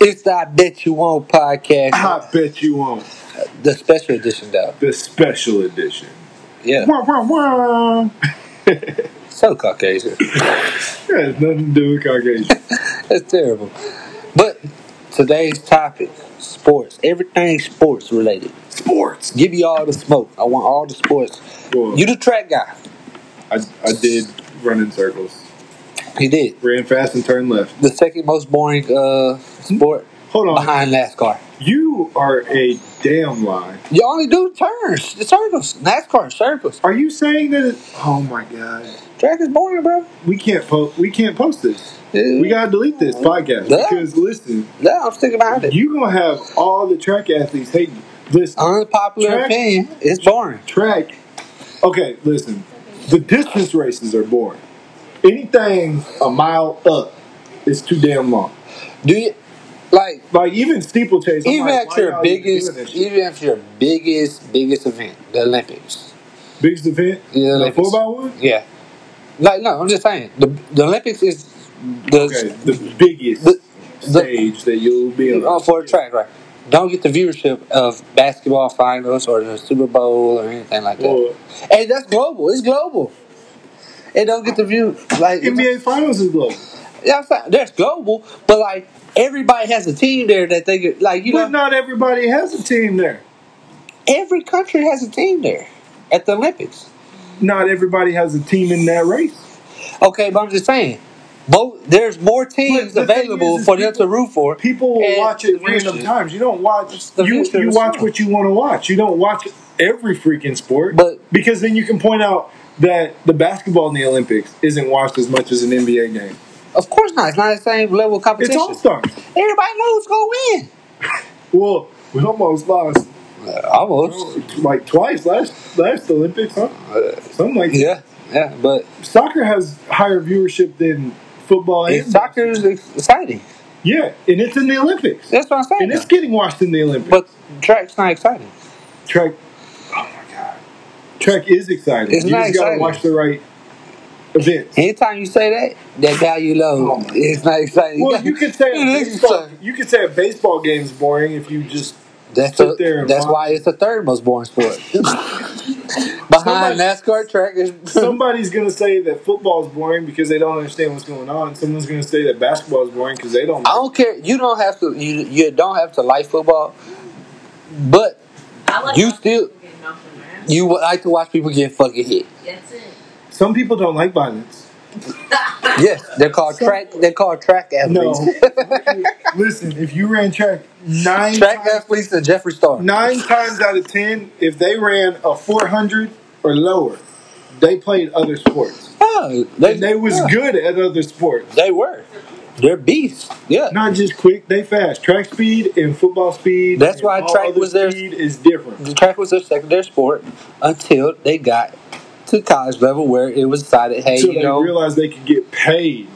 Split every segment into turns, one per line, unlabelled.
It's the I Bet You Won't podcast,
I bet you won't.
the special edition, though.
The special edition.
Yeah,
Wah, wah, wah.
so Caucasian.
That has nothing to do with Caucasian.
That's terrible. But today's topic sports. Everything sports related.
Sports.
Give you all the smoke. I want all the sports.
Well,
You the track guy.
I, I did run in circles.
He did.
Ran fast and turned left.
The second most boring uh, sport
Hold on.
behind NASCAR.
You are a damn lie.
You only do turns, the circles, NASCAR circles.
Are you saying that? It, oh my god.
Track is boring, bro.
We can't post. We can't post this. We gotta delete this podcast
Yeah.
because listen,
No, I'm sticking behind it.
you gonna have all the track athletes hating. you. Listen,
Uh-huh. Unpopular
Track-
opinion. It's boring.
track. Okay, listen. The distance races are boring. Anything a mile up is too damn long.
Do you like
Like even steeplechase. I'm
even
like,
at
why
your
y'all even
biggest,
doing this shit?
even at your biggest, biggest event, the Olympics.
biggest event,
Yeah,
the
Olympics.
four by one.
Yeah, like no, I'm just saying the the Olympics is the
Okay, the biggest
The- the-
stage that you'll be
oh,
on.
for a track, right? Don't get the viewership of basketball finals or the Super Bowl or anything like that.
Well,
Hey, that's global. It's global. It don't get the view like
NBA Finals is global.
Yeah, I'm saying, there's global, but like everybody has a team there that they get. Like you
But
know,
not everybody has a team there.
every country has a team there at the Olympics.
Not everybody has a team in that race.
Okay, but I'm just saying, mo- there's more teams
But the thing
available
is, is
for them to root for.
People will
and
watch
the
it
viewership.
random times. You don't watch.
The
You,
viewership
you
is
watch
small.
what you want to watch. You don't watch every freaking sport.
But-
because then you can point out that the basketball in the Olympics isn't watched as much as an NBA game.
Of course not. It's not the same level of
It's
competition.
All Stars.
Everybody knows who's gonna
Well, we almost lost
win. almost.
like twice last last Olympics, huh? Something like
Uh, Yeah, yeah, but
that. Soccer has higher viewership than football and
it's soccer is exciting.
Yeah, and it's in the Olympics,
That's what I'm saying.
and it's getting watched in the Olympics.
but track's not exciting.
Trek. Oh my god, Trek is exciting.
It's
you
not
just gotta
exciting.
watch the right events.
Anytime you say that, that value low.
Oh, my
it's not exciting.
Well, you could say a
It is
baseball,
exciting.
you could say a baseball game is boring if you just
That's
sit
a-
there and
that's
watch.
why it's the third most boring sport. Behind
Somebody-
NASCAR track is
somebody's gonna say that football is boring because they don't understand what's going on. Someone's gonna say that basketball is boring because they don't.
I don't care. You don't have to. You you don't have to like football, but
I like
You still-
getting off the ground.
you would like to watch people get fucking hit.
That's it.
Some people don't like violence.
Yes, they're called track. They're called track
No,
athletes.
listen. If you ran track nine
track
times,
athletes and Jeffree Star.
nine times out of ten, if they ran a four hundred or lower, they played other sports.
No, they,
And they was
yeah,
good at other sports.
They were. They're beasts. Yeah.
Not just quick, they fast. Track speed and football speed.
That's
and
why
all
track
other
was their-
Speed is different.
The track was their secondary sport until they got to college level where it was decided, hey,
so
you
they
know,
realized they could get paid.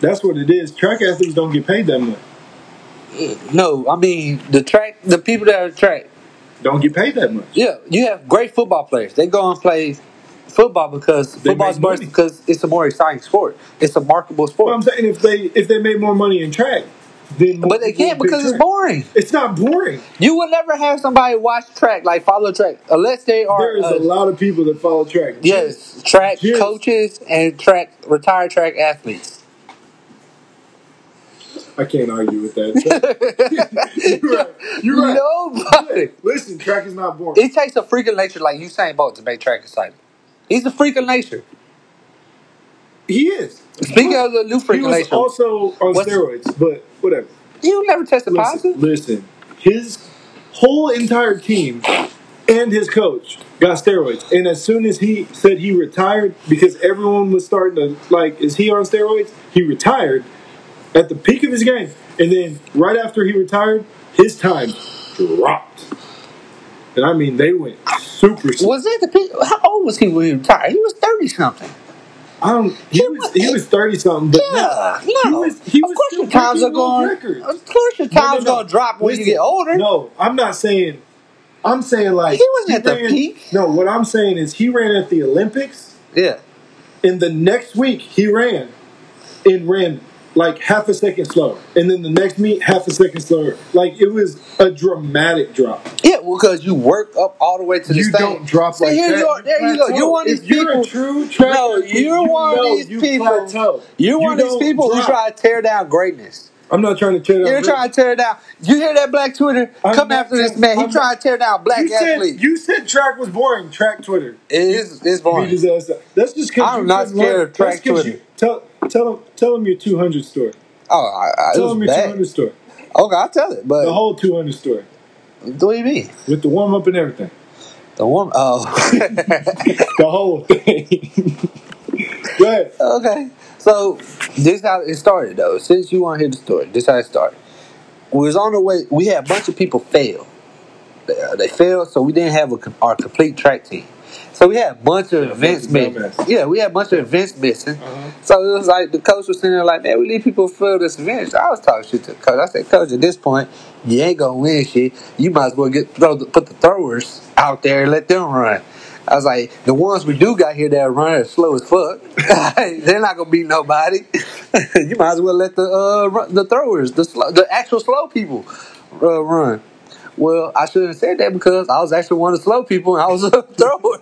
That's what it is. Track athletes don't get paid that much.
no, I mean the track, the people that are track,
Don't get paid that much.
Yeah, you have great football players. They go and play football because
They
football's
make
more
money.
because it's a more exciting sport. It's a marketable
But I'm
sport.
saying if they if they made more money in track, then more
But they
people
can't
would pick
because it's
track.
boring.
It's not boring.
You will never have somebody watch track like follow track unless they
There
are
is
uh,
a lot of people that follow track.
yes track
Yes.
coaches and track retired track athletes.
I can't argue with that. You're right. You're right.
Nobody.
Listen, track is not boring.
It takes a freak of nature like Usain Bolt to make track exciting. He's a freak of nature.
he is.
Speaking of the new freak
He
of
was
nature,
also on
What's-
steroids, but whatever.
you never tested
Listen,
positive.
listen, his whole entire team and his coach got steroids. And as soon as he said he retired, because everyone was starting to like, is he on steroids? He retired at the peak of his game, and then right after he retired, his time dropped. And I mean, they went super. slow.
Was it the pe- how old was he when he retired? He was thirty something.
I don't. He was he was thirty something, but
Yeah, no.
no, he was he
of
was
course
still
your times are
breaking world
going.
records.
Of course your
No, no,
times
no.
gonna drop when you
Listen,
get older.
No, I'm not saying I'm saying like
He wasn't at the
ran-
peak.
No, what I'm saying is he ran at the Olympics,
Yeah.
and the next week he ran and ran like half a second slower, and then the next meet half a second slower. Like it was a dramatic drop.
Yeah, because you work up all the way to the
You
stage.
don't drop
See,
like
here
that.
You are, there you go.
plateau.
You're one of
If
these
you're a
people.
true track
no,
athlete,
you're
you
one of
know
these
you
people.
plateau.
You're one
You
of
don't
these people
drop.
who try to tear down greatness.
I'm not trying to tear down.
You're
Britain.
trying to tear down. You hear that black Twitter
I'm
come
not
after this
trying-
man? He
I'm
trying to tear down black
you said
athletes.
you said track was boring. Track Twitter.
it is it's boring.
Beat his ass up. That's just because
I'm not scared of track Twitter.
tell tell him tell him your 200 story.
oh, I, I, it
Tell him
was
your
bad.
200 story.
Okay, I'll tell it. But
The whole 200 story
what do you mean?
with the warm up and everything.
The woman. Oh.
The whole thing. Go ahead.
Okay. So this how it started though. Since you want to hear the story, this how it started. We was on the way. We had a bunch of people fail. They, uh, they failed, so we didn't have a, com- our complete track team. So we had a bunch of events
of
missing.
dumbass.
Yeah, we had a bunch of events missing.
Uh-huh.
So it was like the coach was sitting there like, man, we need people to fill this event. So I was talking shit to the coach. I said, coach, at this point, you ain't gonna win shit. You might as well get throw the, put the throwers out there and let them run. I was like, the ones we do got here that are running as slow as fuck, they're not gonna beat nobody. you might as well let the uh, run, the throwers, the slow, the actual slow people, uh, run. Well, I shouldn't have said that because I was actually one of the slow people and I was a thrower.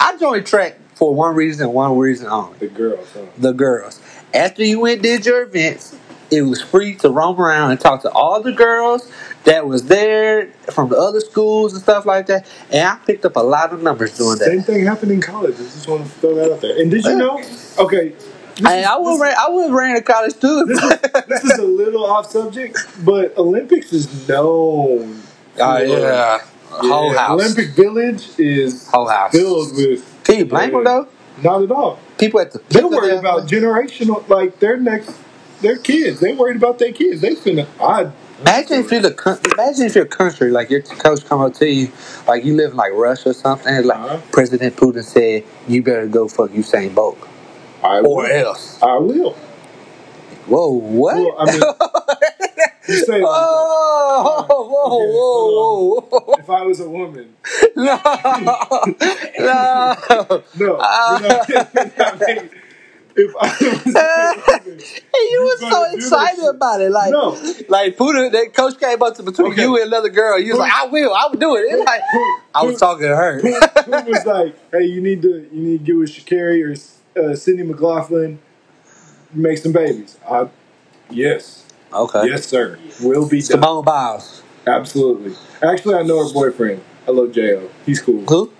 I joined track for one reason, and one reason only
The girl. So.
the girls. After you went did your events, it was free to roam around and talk to all the girls that was there from the other schools and stuff like that. And I picked up a lot of numbers doing
Same
that.
thing happened in college. I just want to throw that out there. And did you know? Okay. this
And
is-
I would ran, I would ran to college too.
this is, this is a little off subject, but Olympics is known.
oh
for-
yeah, whole
Yeah,
house,
Olympic Village is
whole house.
filled with.
Can you blame them though?
Not at all.
People at the
They're worried about generational, like their next, their kids. They worried about their kids. They finna. I
Imagine if you're the coun- imagine if your country like your coach come up to you like you live in like Russia or something and like
Uh-huh.
President Putin said you better go fuck Usain Bolt
I
or
will.
else
I will.
Whoa, what?
Well, I mean, you say like,
oh, whoa, whoa, whoa,
if I was a woman,
no,
no. we're not- we're not making- if I was a
no.
woman,
Hey, you was
gonna
so
do this
excited
shit.
about it, like,
No.
like Puda, that coach came up to between
Okay.
you and another girl. You was like, "I will, I will do it." It's like
Puda-
I was
Puda-
talking to her.
who, who was like, "Hey, you need to you need to get with Shakari or uh, Sydney McLaughlin, make some babies." I, yes,
okay,
yes, sir. Will be done.
Simone Biles,
Absolutely. Actually, I know her boyfriend. I love Jo. He's cool.
who?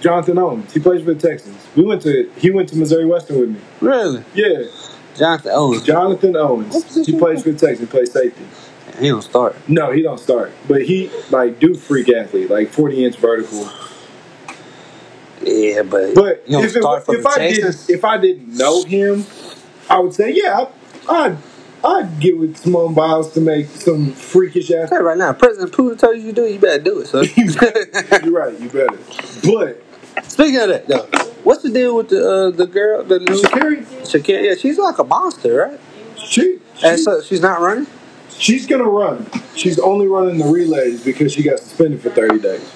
Jonathan Owens. He plays for the Texans. We went to he went to Missouri Western with me.
Really,
Yeah,
Jonathan Owens?
Jonathan Owens. He plays for the Texans. Plays safety.
He don't start.
No, he don't start, but he like do freak athlete, like forty inch vertical.
Yeah, but
But
he don't
if, it,
start for
if
the
I
Texans.
didn't if I didn't know him, I would say yeah, I, I'd I'd get with Simone Biles to make some freakish ass.
Hey, right now, President Putin told you to do it. You better do it, son.
You're right, you better. But
Speaking of that, though, what's the deal with the uh, the girl, the new
Shakari,
Shakira? Yeah, she's like a monster, right?
she,
And
she
so she's not running.
she's gonna run. She's only running the relays because she got suspended for thirty days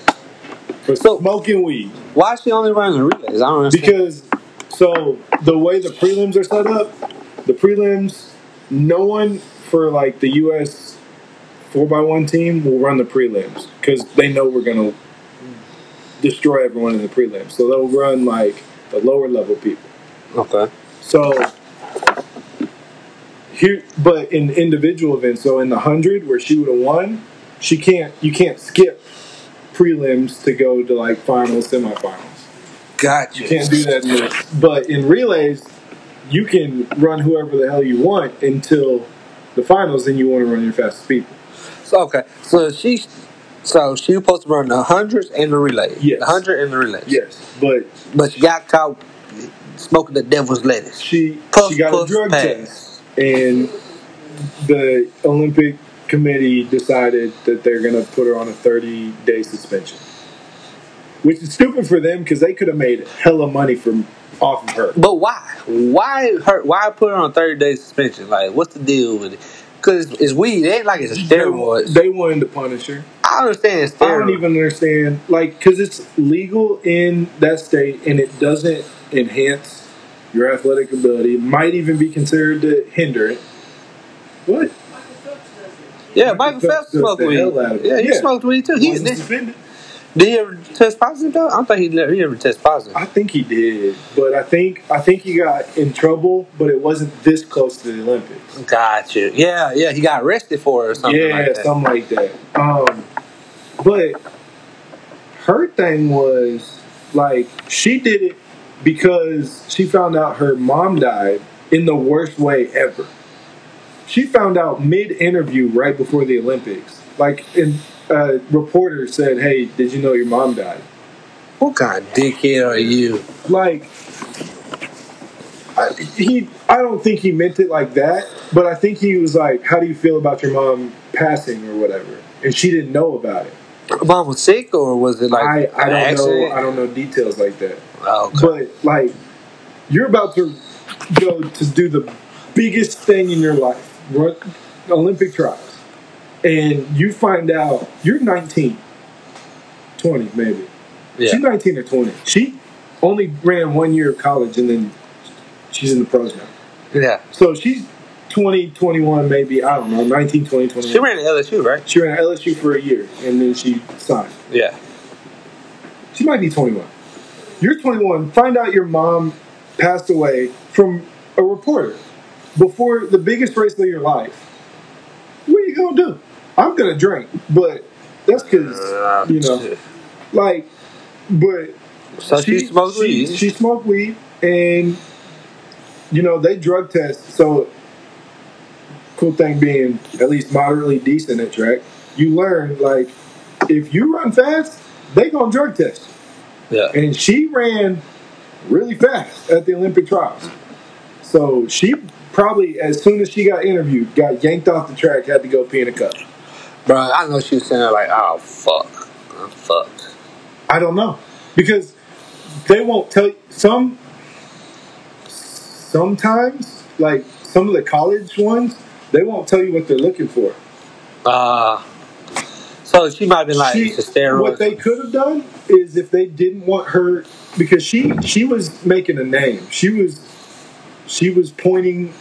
for
So-
smoking weed.
Why is she only running the relays? I don't understand.
Because so the way the prelims are set up, the prelims, no one for like the U.S. four x one team will run the prelims because they know we're gonna destroy everyone in the prelims. So they'll run like the lower level people.
okay,
So here, but in individual events, so in the hundred where she would have won, she can't. You can't skip prelims to go to like finals, semifinals
gotcha.
can't do that. in this. But in relays, you can run whoever the hell you want until the finals, and you want to run your fastest people.
So, okay, so she's so she was supposed to run the hundreds and the relays.
Yes.
the hundred and the relays.
Yes, but
but she got caught smoking the devil's lettuce.
she
Puff,
she got
puff,
a drug
pass.
test, and the Olympic committee decided that they're going to put her on a 30 day suspension, which is stupid for them because they could have made hella money from off of her.
But why? Why her? Why put her on thirty day suspension? Like, what's the deal with it? because it's, it's weed. It ain't like it's steroids.
They wanted the Punisher.
I understand it's
I don't
steroids.
even understand, like, because it's legal in that state and it doesn't enhance your athletic ability. It might even be considered to hinder it. What?
yeah, Michael Phelps
Phelps does
smoked
the
weed.
hell out of it.
Yeah, he
Yeah.
smoked weed too. He's,
Wasn't
did
suspended.
he ever test positive though? I don't think he never, he ever test positive.
I think he did, but I think I think he got in trouble, but it wasn't this close to the Olympics.
Got you. Yeah, yeah. He got arrested for it or something
yeah,
like that.
something like that. Um, but her thing was like she did it because she found out her mom died in the worst way ever. She found out mid interview right before the Olympics. Like, and a reporter said, "Hey, did you know your mom died?"
What kind of dickhead are you?
like I, he i don't think he meant it like that but i think he was like how do you feel about your mom passing or whatever and she didn't know about it
Mom was sick or was it like
i, I
an
don't
accident?
know i don't know details like that
Oh, okay.
but like you're about to go to do the biggest thing in your life run, olympic trials and you find out you're 19 20 maybe
yeah.
She's 19 or 20. She only ran one year of college and then she's in the pros now.
yeah.
So she's 20, 21, maybe, I don't know, 19, 20, 21.
She ran to LSU, right?
She ran at LSU for a year and then she signed.
Yeah.
She might be 21. You're 21. Find out your mom passed away from a reporter before the biggest race of your life. What are you going to do? I'm going to drink, but that's
Uh,
because, you know, like, but
So she, smoked
she-
weed.
She smoked weed, and you know they drug test. So cool thing being at least moderately decent at track, you learn like if you run fast, they gonna drug test.
yeah.
you. And she ran really fast at the Olympic trials. So she probably, as soon as she got interviewed, got yanked off the track, had to go pee in a cup.
Bro, I know she was sitting there like, oh, fuck. I'm fucked.
I don't know because they won't tell you some. Sometimes, like some of the college ones, they won't tell you what they're looking for.
Uh, so she might have been like,
She-
it's a steroid.
what they could have done is if they didn't want her because she she was making a name. She was she was pointing,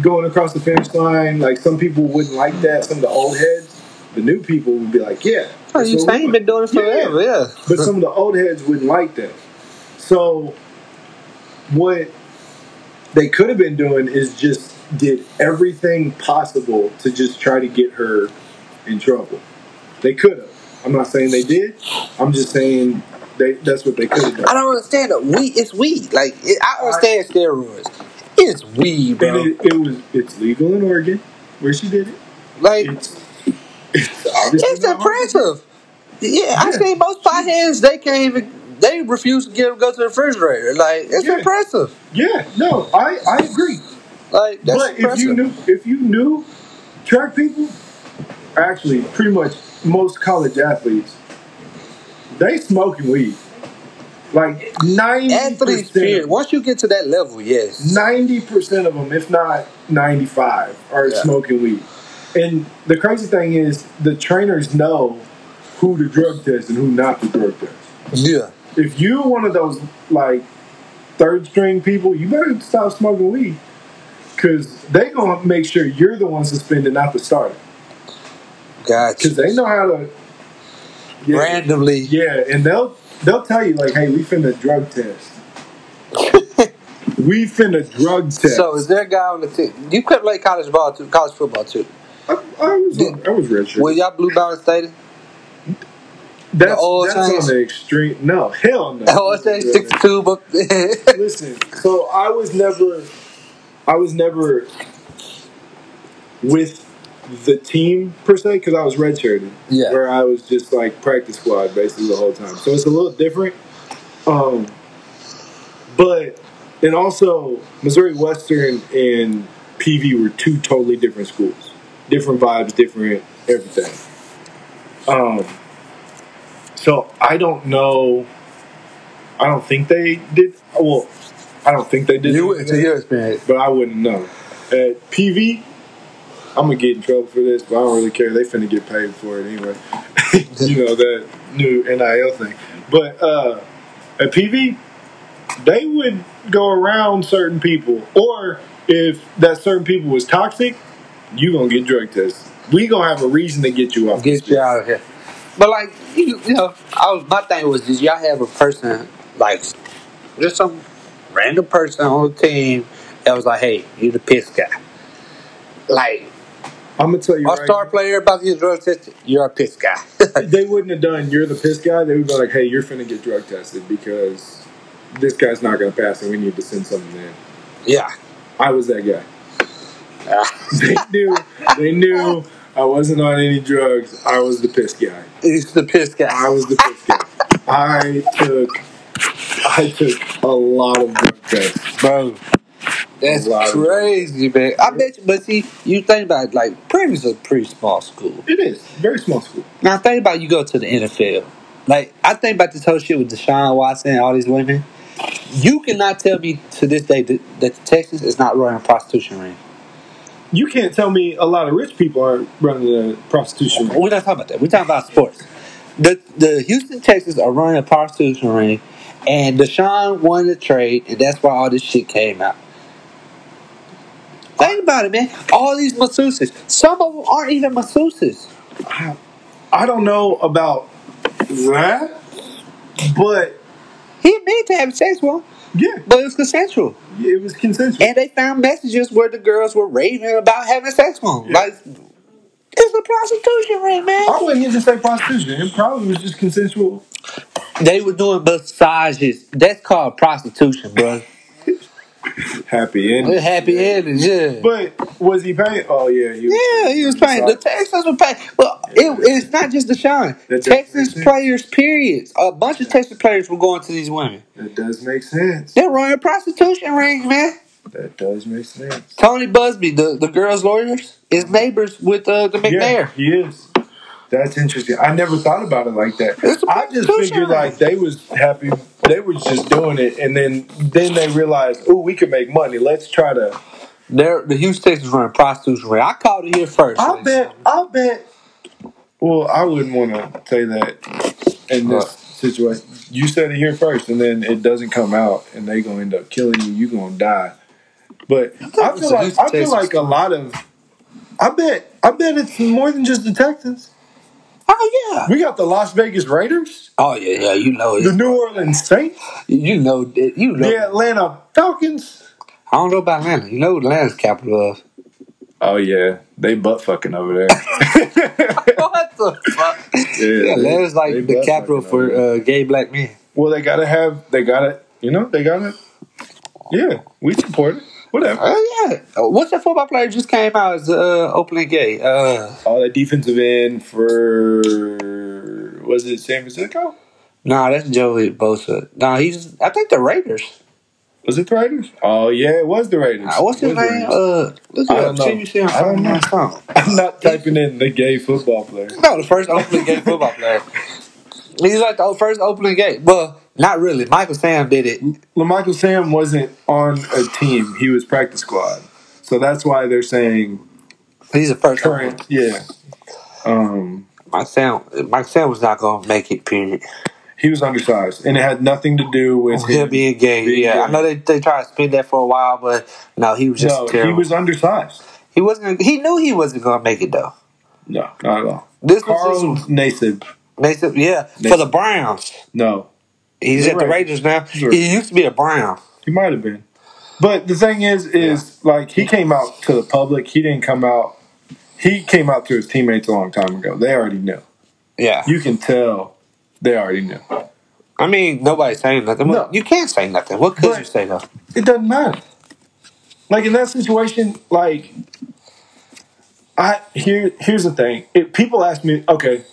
going across the finish line. Like some people wouldn't like that. Some of the old heads, the new people would be like, "Yeah,
oh,
that's
you
what we
saying
want."
been doing it forever, yeah.
but some of the old heads wouldn't like that. So, what they could have been doing is just did everything possible to just try to get her in trouble. They could have. I'm not saying they did. I'm just saying they, that's what they could have
I
done.
don't understand it. Weed, it's weed. Like, it, I understand steroids. It's weed,
And
bro.
it, it was it's legal in Oregon where she did it.
Like,
It's, it's obviously
it's
not hard.
impressive. Yeah, I
Yeah.
see most potheads. They can't even. They refuse to get, go to the refrigerator. Like it's
Yeah.
impressive.
Yeah, no, I, I agree.
Like that's
but
impressive.
if you knew, if you knew track people, actually, pretty much most college athletes, they smoking weed. Like ninety
Athlete's period.
percent,
Once you get to that level, yes.
ninety percent of them, if not ninety-five, are
Yeah.
smoking weed. And the crazy thing is, the trainers know who to drug test and who not to drug test.
Yeah.
If you're one of those like third string people, you better stop smoking weed because they gonna make sure you're the one suspended, not the starter,
Gotcha.
because they know how to. Yeah,
Randomly.
yeah, and they'll they'll tell you like, hey, we finna drug test. we finna drug test.
So is there a guy on the team? You could play college ball too, college football too.
I, I was on, I was registered.
Were y'all blue ball stated?
that's
the old
that's
times?
on the extreme. No, hell no.
Oh, it's that six two, but
Listen, so I was never, I was never with the team per se because I was redshirted.
Yeah.
where I was just like practice squad basically the whole time. So it's a little different. Um, but and also Missouri Western and PV were two totally different schools, different vibes, different everything. Um, so I don't know. I don't think they did. Well, I don't think they did.
you went to your experience.
but I wouldn't know. At PV, I'm gonna get in trouble for this, but I don't really care. They finna get paid for it anyway. you know that new NIL thing. But uh, at PV, they would go around certain people, or if that certain people was toxic, you gonna get drug tested. We gonna have a reason to get you off.
get
the
you out of here. But like you, you know, I was my thing was did y'all have a person like just some random person on the team that was like, hey, you the piss guy. Like
I'm gonna tell you.
our
right
star player about to get drug tested, you're a piss guy.
they wouldn't have done you're the piss guy they would be like hey you're finna get drug tested because this guy's not gonna pass and we need to send something in
yeah.
i was that guy
Ah.
they knew they knew i wasn't on any drugs i was the piss guy
He's the piss
i
guy.
was the piss guy i took i took a lot of drug tests
Bro. That's
A lot of-
crazy, man. I bet you but see, you think about it, like Prairies a pretty small school.
it is very small school
Now think about you go to the NFL. Like I think about this whole shit with Deshaun Watson and all these women. You cannot tell me to this day that that the Texans is not running a prostitution ring.
you can't tell me a lot of rich people aren't running the prostitution ring.
We're not talking about that. We're talking about sports. The the Houston Texans are running a prostitution ring, and Deshaun won the trade, and that's why all this shit came out. Think about it, man. All these masseuses. Some of them aren't even masseuses.
I- i don't know about that but
He admitted to having sex with them,
yeah
but it was consensual.
It was consensual.
and they found messages where the girls were raving about having sex with him.
Yeah.
Like, it's a prostitution ring, man.
I wouldn't even say prostitution. It probably was just consensual.
They were doing massages. That's called prostitution, bro.
Happy
With
ending.
happy endings, yeah.
But was he paying? Oh yeah, he was
yeah, he was paying. The Texans were paying. Well, it, it's not just Deshaun.
The
Texas
Texans.
players, period. A bunch of Texas players were going to these women.
That does make sense.
They're running prostitution rings, man.
That does make sense.
Tony Busby, the, the girls' lawyers, is neighbors with uh, the McNair.
Yeah, he is. That's interesting. I never thought about it like
It's
that.
a
I just
prostitution.
figured like they was happy. They was just doing it, and then then they realized, oh, we can make money. Let's try to.
They're, the Houston Texans running prostitution ring. I called it here first.
I
ladies.
bet. I bet. Well, I wouldn't want to say that in this
Right.
situation. You said it here first, and then it doesn't come out, and they gonna end up killing you. You gonna die. But I
it
feel
was the
like
Houston
I feel
Texans.
like a lot of. I bet. I bet it's more than just the Texans.
Oh yeah.
We got the Las Vegas Raiders,
Oh yeah, yeah. You know
the
it.
New Orleans Saints,
You know it. You know.
the Atlanta Falcons.
I don't know about Atlanta. You know Atlanta's capital of.
Oh yeah, they butt fucking over there.
what the fuck? Yeah,
they-
Atlanta's
they
like the
butt
capital
fucking over
for uh, gay black men.
Well, they gotta have. They gotta. You know, they gotta. Yeah, we support it. Whatever.
Oh yeah. Uh, What's that football player just came out as uh, openly gay? Uh,
All that defensive end for was it San Francisco?
nah, that's Joey Bosa. Nah, he's. I think the Raiders.
Was it the Raiders? Oh yeah, it was the Raiders.
Uh, what's his
It was the
name?
Raiders.
Uh, look it
I
up.
don't know.
See, you see him
I don't
from
know.
my phone.
I'm not typing in the gay football player.
No, the first opening gay football player. He's like the first opening gay. Well, not really. Michael Sam did it.
Lamichael Sam wasn't on a team; he was practice squad. So that's why they're saying
He's the first. opening.
current. Yeah. Um,
My sound, my sound was not gonna make it. Period.
he was undersized, and it had nothing to do with
Him
him
being gay,
being
yeah.
gay.
I know they they tried to spin that for a while, but no, he was just
No,
terrible.
he was undersized.
He wasn't. He knew he wasn't gonna make it though.
No, not at all.
This
Carl
was
Nassib.
makes it, yeah, for the Browns.
No,
He's
The
at the Raiders
Raiders.
now.
Sure.
He used to be a Brown.
He might have been. But the thing is, is like he came out to the public. He didn't come out. He came out to his teammates a long time ago. They already knew.
Yeah,
You can tell they already knew.
I mean nobody's saying nothing.
No.
You can't say nothing. What could
But-
you say though?
It doesn't matter. Like in that situation, like I here here's the thing. If people ask me, okay,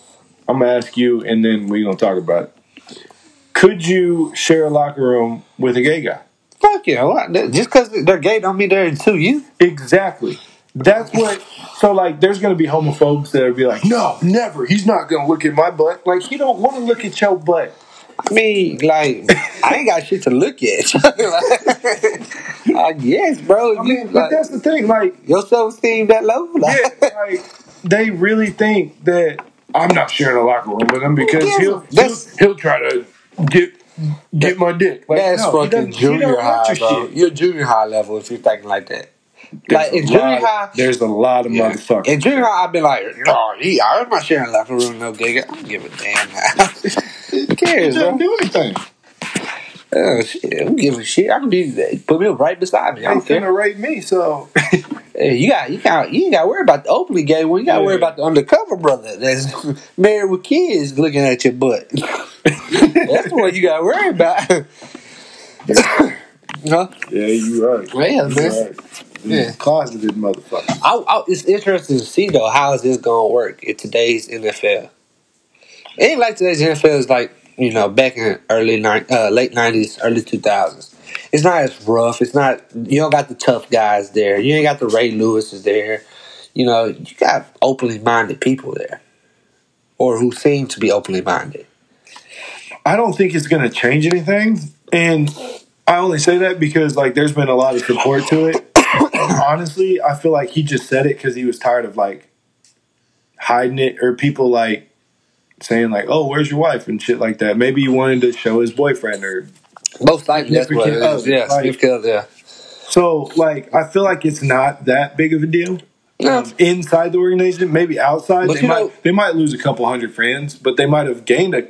I'm gonna ask you, and then we're gonna talk about it. Could you share a locker room with a gay guy?
Fuck yeah! What? Just because they're gay don't mean they're into you.
Exactly. That's what. So like, there's gonna be homophobes that'll be like, "No, never. He's not gonna look at my butt. Like, he don't want to look at your butt.
I mean, like, I ain't got shit to look at. like, I guess, bro.
I
you,
mean, but
like,
that's the thing. Like,
your self esteem that low? Like,
yeah, like they really think that I'm not sharing a locker room with him because
Yeah,
he'll he'll,
that's-
he'll try to get get my dick. Like,
That's
no, he
fucking
doesn't- he don't
junior
want
high,
your
bro.
shit.
You're junior high level if you're thinking like that. like
There's
in
a
junior
lot of-
high,
there's a lot of motherfuckers.
in junior high, I've been like, no, he- I'm not sharing a locker room, with no digger. I don't give a damn. Who
He
cares, bro?
doesn't do anything.
Oh, shit. I don't give a shit. I can do that. Put me right beside me. I
He's
don't care.
gonna rape me, so
Hey, you got you got you ain't got to worry about the openly gay one. You got to worry
Yeah.
about the undercover brother that's married with kids looking at your butt. that's what you got to worry about. huh?
yeah, you right.
Yeah,
You
man.
right.
Yeah.
These Closeted motherfucker.
I, I, it's interesting to see though how is this gonna work in today's NFL. It ain't like today's NFL is like you know back in early ni- uh, late nineties, early two thousands. It's not as rough. It's not you don't got the tough guys there. You ain't got the Ray Lewis's there. You know you got openly minded people there, or who seem to be openly minded.
I don't think it's gonna change anything, and I only say that because like there's been a lot of support to it. Honestly, I feel like he just said it because he was tired of like hiding it or people like saying like, "Oh, where's your wife?" and shit like that. Maybe he wanted to show his boyfriend or
Most likely that's what it is.
Significant
Yeah,
other, right.
significant other.
so. Like I feel like it's not that big of a deal.
No.
Um, inside the organization, maybe outside,
But
they
you
might
know-
they might lose a couple hundred friends, but they might have gained a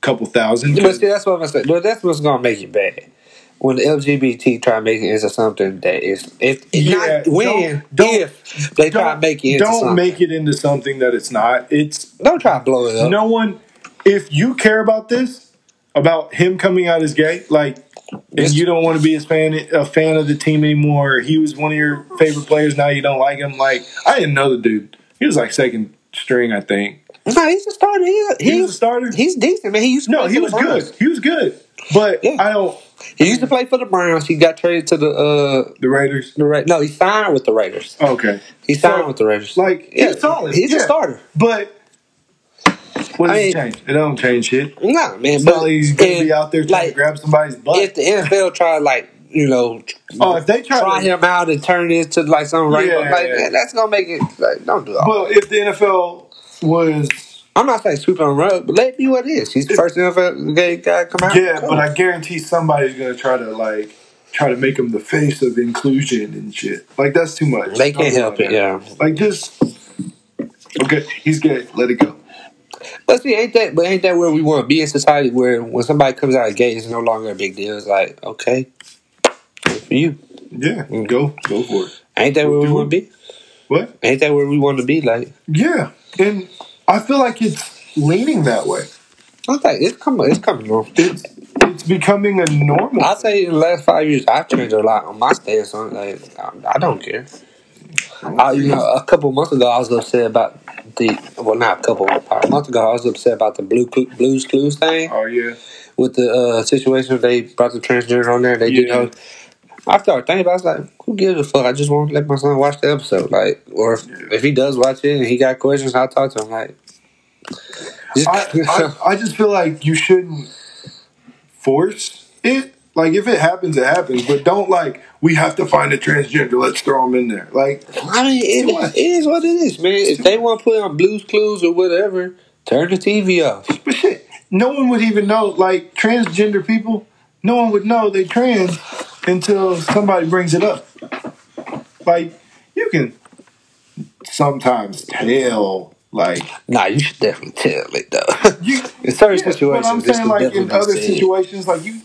couple thousand.
But see, that's what I'm gonna say. But that's what's gonna make it bad. When the LGBT try to make it into something that is, if
Yeah,
not when,
don't- don't-
if they try to make it into
don't
something,
make it into something that it's not. It's
don't try to blow it up.
no one. If you care about this, about him coming out as gay, like, and
Yes.
you don't want to be a fan a fan of the team anymore. He was one of your favorite players. Now you don't like him. Like, I didn't know the dude. He was like second string, I think.
No, he's a starter. He, he,
He was a starter.
He's decent, man. He used to
No,
play
he
for
was
the Browns.
good. He was good. But
Yeah.
I don't.
He used to play for the Browns. He got traded to the uh
The Raiders.
the Ra- no, he signed with the Raiders.
Okay,
He signed
So,
with the Raiders.
like
yeah,
he's solid.
He's
yeah.
a starter.
but. What does
I
it
mean-
change? It don't change shit.
No, man.
It's
but
not like he's gonna
and,
be out there trying
like,
to grab somebody's butt.
if the NFL try to, like you know
oh, if they try,
try
to,
him out and turn it into like some rainbow.
Yeah.
like man, that's gonna make it like don't do all.
well, if the NFL was,
I'm not saying sweep it on the rug, but let it be what it is. He's the first NFL gay guy to come out.
yeah, but I guarantee somebody's gonna try to like try to make him the face of inclusion and shit. Like that's too much.
they
Don't
can't
go
help
there.
it. Yeah,
Like just okay, he's gay. Let it go.
but see, ain't that but ain't that where we want to be in society? Where when somebody comes out as gay, it's no longer a big deal. It's like okay, good for you.
Yeah,
Mm.
go go for it.
Ain't that where we want to be?
What?
Ain't that where we want to be? Like
Yeah, and I feel like it's leaning that way.
I'm like it's coming, it's coming on.
It's it's becoming a normal.
I say in the last five years, I've changed a lot on my stance on it. Like, I, I don't care. I, you know, a couple months ago, I was upset about the well, not a couple a month ago. I was upset about the blue Clu- blues clues thing
Oh yeah,
with the uh, situation. They brought the transgender on there. They did
Yeah.
know. I started thinking about. It, I was like, "Who gives a fuck?" I just want to let my son watch the episode. Like, or if, if he does watch it and he got questions, I'll talk to him. Like, just,
I, I, I just feel like you shouldn't force it. Like if it happens, it happens. But don't like we have to find a transgender. Let's throw them in there. Like
I mean, it, it is what it is, man. If they want to put on Blues Clues or whatever, turn the TV off.
but shit, no one would even know. Like transgender people, no one would know they trans until somebody brings it up. Like you can sometimes tell. Like
Nah, you should definitely tell it though.
you,
In certain
yeah,
situations,
But I'm
this could
saying like
definitely
in
be
other
said.
situations, like you,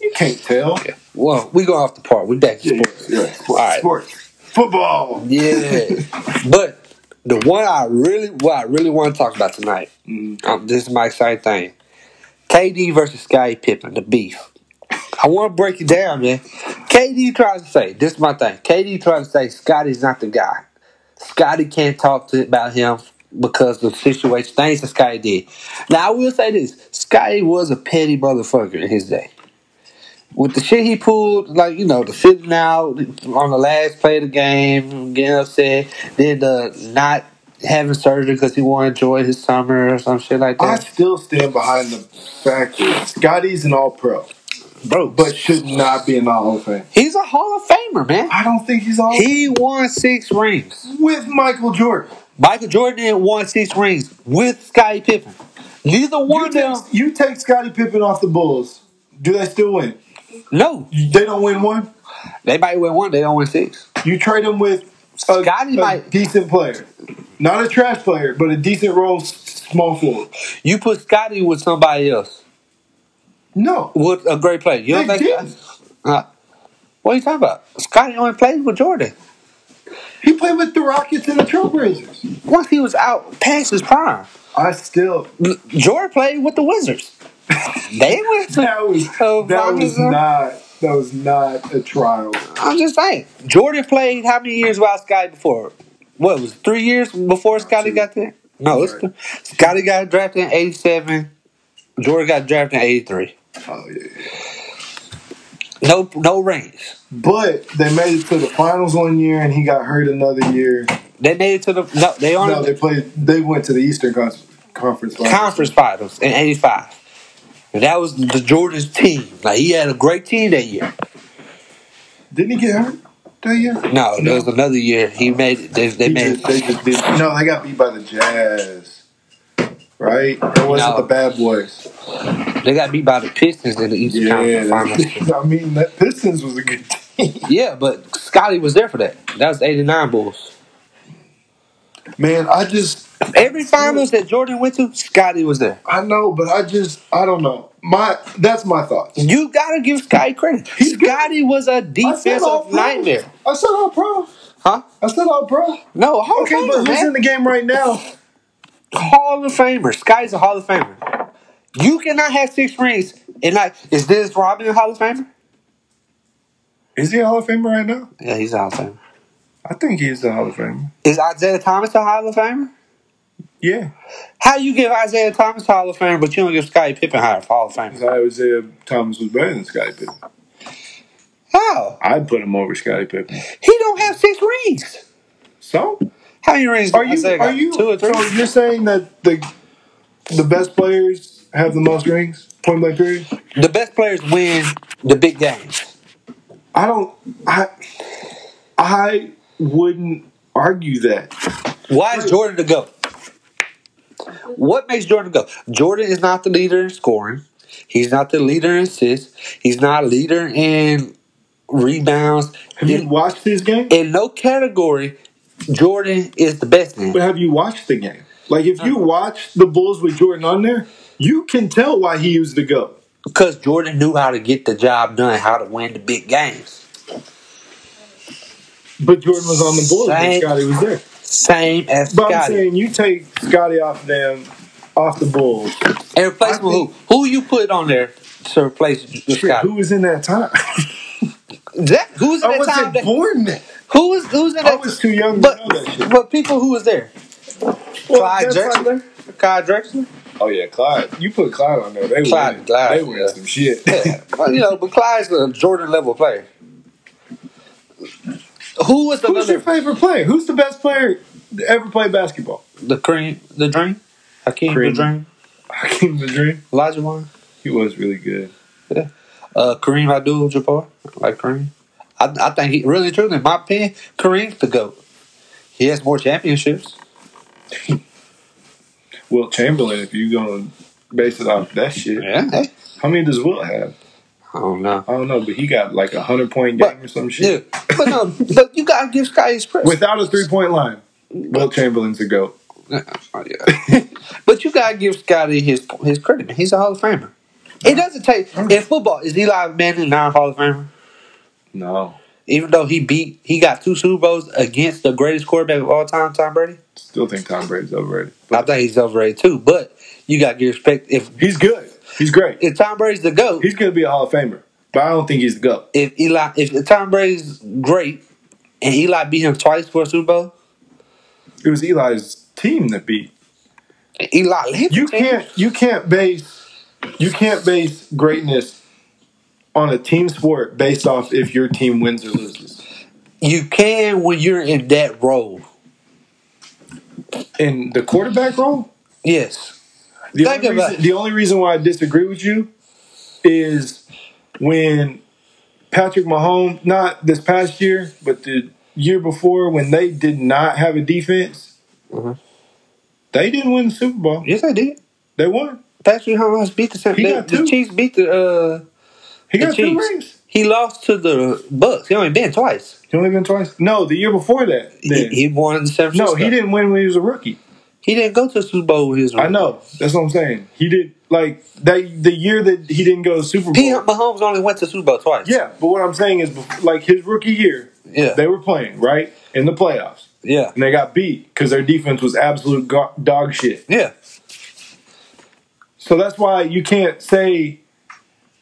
you can't tell.
Well, we go off the part. We back to
Yeah,
sports.
yeah,
All right.
sports, football.
Yeah, but the one I really, what I really want to talk about tonight. Um, this is my exciting thing. KD versus Scottie Pippen, the beef. I want to break it down, man. KD tries to say this is my thing. KD tries to say Scotty's not the guy. Scotty can't talk to about him because of situation things that Scotty did. Now I will say this: Scotty was a petty motherfucker in his day. With the shit he pulled, like you know, the sitting out on the last play of the game, getting upset, then the not having surgery because he wanted to enjoy his summer or some shit like
I
that.
still stand behind the fact that Scotty's an all pro,
Bro,
but should not be an all fan.
he's a Hall of Famer, man.
I don't think he's all
He won six rings.
with Michael Jordan.
Michael Jordan didn't won six rings with Scottie Pippen. Neither one
You
of them.
take, you take Scottie Pippen off the Bulls. Do they still win?
No,
They don't win one.
they might win one. They don't win six.
You trade him with a,
Scottie
a
might-
decent player, not a trash player, but a decent role, s- small forward.
You put Scottie with somebody else
No,
with a great player. You don't
They
think? Uh, what are you talking about? Scottie only played with Jordan.
he played with the Rockets and the Trailblazers.
Once he was out past his prime,
I still
L- Jordan played with the Wizards. they went.
that was
Oh,
that was
Robinson.
not that was not a trial.
I'm just saying. Jordan played how many years without Scotty before? What was it, three years before Scotty
two.
got there? No, it's
Right.
Scotty got drafted in '87. Jordan got drafted in '83.
Oh yeah. yeah.
No, no rings.
But they made it to the finals one year, and he got hurt another year.
They made it to the no. They only
No, they played. They went to the Eastern Con- Conference. Finals.
conference finals in '85. That was the Jordan's team. Like he had a great team that year.
Didn't he get hurt that year?
No, there was another year he made. it. They, they
He
made.
just- they just did. No, they got beat by the Jazz. Right? Or was
No.
it the Bad Boys?
They got beat by the Pistons in the Eastern
Yeah.
Conference Finals.
I mean, that Pistons was a good team.
Yeah, but Scotty was there for that. That was '89 Bulls.
Man, I just,
Every finals that Jordan went to, Scotty was there.
I know, but I just, I don't know. My, that's my thoughts.
You gotta give Scotty credit. Scotty was a
I said all
defensive
pro.
nightmare.
I said all pro.
Huh?
I said all pro.
No, Hall
Okay,
of
but
Famer,
who's in
man.
the game right now?
Hall of Famer. Scotty's a Hall of Famer. You cannot have six rings and like, is this Robin a Hall of Famer?
Is he a Hall of Famer right now?
Yeah, he's a Hall of Famer.
I think he's the Hall of Famer.
Is Isaiah Thomas a Hall of Famer?
Yeah.
How you give Isaiah Thomas Hall of Famer, but you don't give Scotty Pippen Hall of Famer?
Isaiah Thomas was better than Scottie Pippen.
How?
I'd put him over Scottie Pippen.
He don't have six rings.
So?
How many rings?
Are
did
you
Isaiah
are
got?
you
two or three?
So you're saying that the the best players have the most rings? Point blank period.
The best players win the big games.
I don't. I I wouldn't argue that.
Why is Jordan the GOAT? What makes Jordan the GOAT? Jordan is not the leader in scoring. He's not the leader in assists. He's not a leader in rebounds.
Have you
In,
watched his game?
in no category, Jordan is the best in.
But have you watched the game? Like if you watch the Bulls with Jordan on there, you can tell why he used the go.
Because Jordan knew how to get the job done, how to win the big games.
But Jordan was on the Bulls when
Same.
Scotty was there.
Same as
But I'm
Scotty.
saying you take Scotty off them, off the Bulls.
And replace
I
with who? Who you put on there to replace with
Shit,
Scotty?
who was in that time?
That- who's in that time?
I wasn't
That,
born then.
who was who's in
I
that?
was too young to
but
know that shit.
but people who was there?
Well,
Clyde
that's like-
Drexler. Clyde Drexler.
Oh yeah, Clyde. You put Clyde on there. They
Clyde,
win.
Clyde,
they win
yeah.
some shit.
Yeah. well, you know, but Clyde's a Jordan level player. Who was
Who's your
another
favorite player? Who's the best player to ever play basketball?
the cream the dream? Hakeem
Kareem.
the dream.
Hakeem the Dream.
Elijah Wan.
He was really good.
Uh Kareem Abdul Jabbar. I like Kareem. I, I think he really truly in my opinion, Kareem's the GOAT. He has more championships.
Wilt Chamberlain. If you going to base it off that shit,
Yeah. hey.
how many does Wilt have?
I don't know.
I don't know, but he got like a hundred point game
But-
or some
Yeah.
shit
But no, but you gotta give Sky Express.
without a three point line. Wilt Chamberlain's a goat.
Oh, yeah. but you gotta give Scotty his his credit. Man. He's a Hall of Famer. It doesn't take in football. Is Eli Manning not a Hall of Famer?
No,
Even though he beat, he got two Super Bowls against the greatest quarterback of all time, Tom Brady.
still think Tom Brady's overrated.
I think he's overrated too. But you got to give respect. If
He's good. He's great.
if Tom Brady's the goat,
He's going to be a Hall of Famer, but I don't think he's the goat.
if Eli, if Tom Brady's great, and Eli beat him twice for a Super Bowl,
It was Eli's team that beat
Eli, led the
you
team.
can't you can't base you can't base greatness on a team sport based off if your team wins or loses.
You can when you're in that role.
in the quarterback role.
Yes.
The
Think
only,
about it.
reason, the only reason why I disagree with you is when Patrick Mahomes, not this past year, but the year before, when they did not have a defense,
Mhm.
they didn't win the Super Bowl.
Yes, I did.
They won.
Patrick Mahomes beat the San
He
they-
got
the
two.
Chiefs beat the uh
He
The
got two
Chiefs.
rings.
he lost to the Bucks. He only been twice.
He only been twice. No, the year before that.
He,
then.
he won in San
no,
Francisco.
he didn't win when he was a rookie.
He didn't go to the Super Bowl with his
I know. That's what I'm saying. He did like that the year that he didn't go to Super Bowl.
He, Mahomes only went to the Super Bowl twice.
yeah, but what I'm saying is bef- like his rookie year,
Yeah.
they were playing right in the playoffs,
yeah.
and they got beat because their defense was absolute go- dog shit.
Yeah.
So that's why you can't say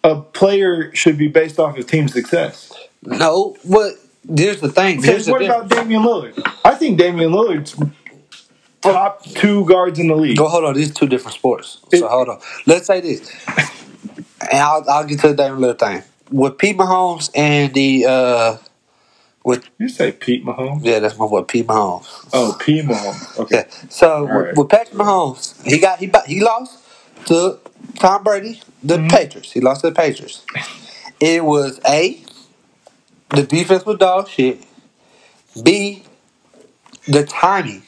a player should be based off of team success.
No, but here's the thing. Here's
Because
the
what
difference.
about Damian Lillard? I think Damian Lillard's top two guards in the league.
Go hold on. These are two different sports.
It-
so hold on. Let's say this, and I'll, I'll get to the damn little thing with Pete Mahomes and the uh, with
You say Pete Mahomes?
yeah, that's my boy Pete Mahomes.
Oh, Pete Mahomes. Okay.
Yeah. So with,
right.
with Patrick Mahomes, he got he bu- he lost to Tom Brady, the
Mm-hmm.
Patriots. He lost to the Patriots. It was a the defense was dog shit. B the timing.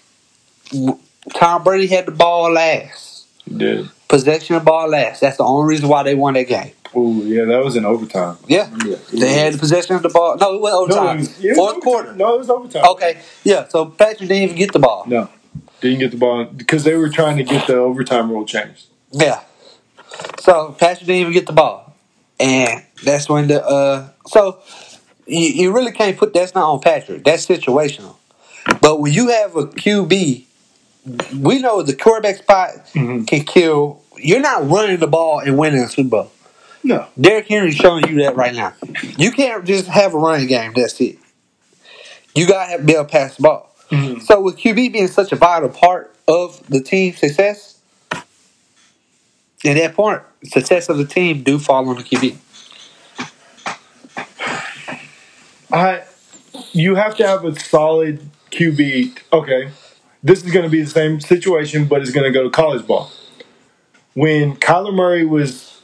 W- Tom Brady had the ball last.
He did.
Possession of ball last. That's the only reason why they won that game.
Oh yeah, that was in overtime.
Yeah.
Yeah.
They had the possession of the ball. No, it was overtime.
it was
Fourth
overtime.
quarter.
No, it was overtime.
Okay. Yeah. So Patrick didn't even get the ball.
No, didn't get the ball because they were trying to get the overtime rule changed.
Yeah. So Patrick didn't even get the ball, and that's when the uh. So you, you really can't put that's not on Patrick. That's situational. But when you have a QB, we know the quarterback spot
Mhm.
can kill. You're not running the ball and winning a Super Bowl.
No,
Derrick Henry's showing you that right now. You can't just have a running game. That's it. You gotta have, be able to pass the ball.
Mhm.
So with QB being such a vital part of the team's success, at that point, success of the team do fall on the QB.
I. You have to have a solid QB. Okay, this is going to be the same situation, but it's going to go to college ball. When Kyler Murray was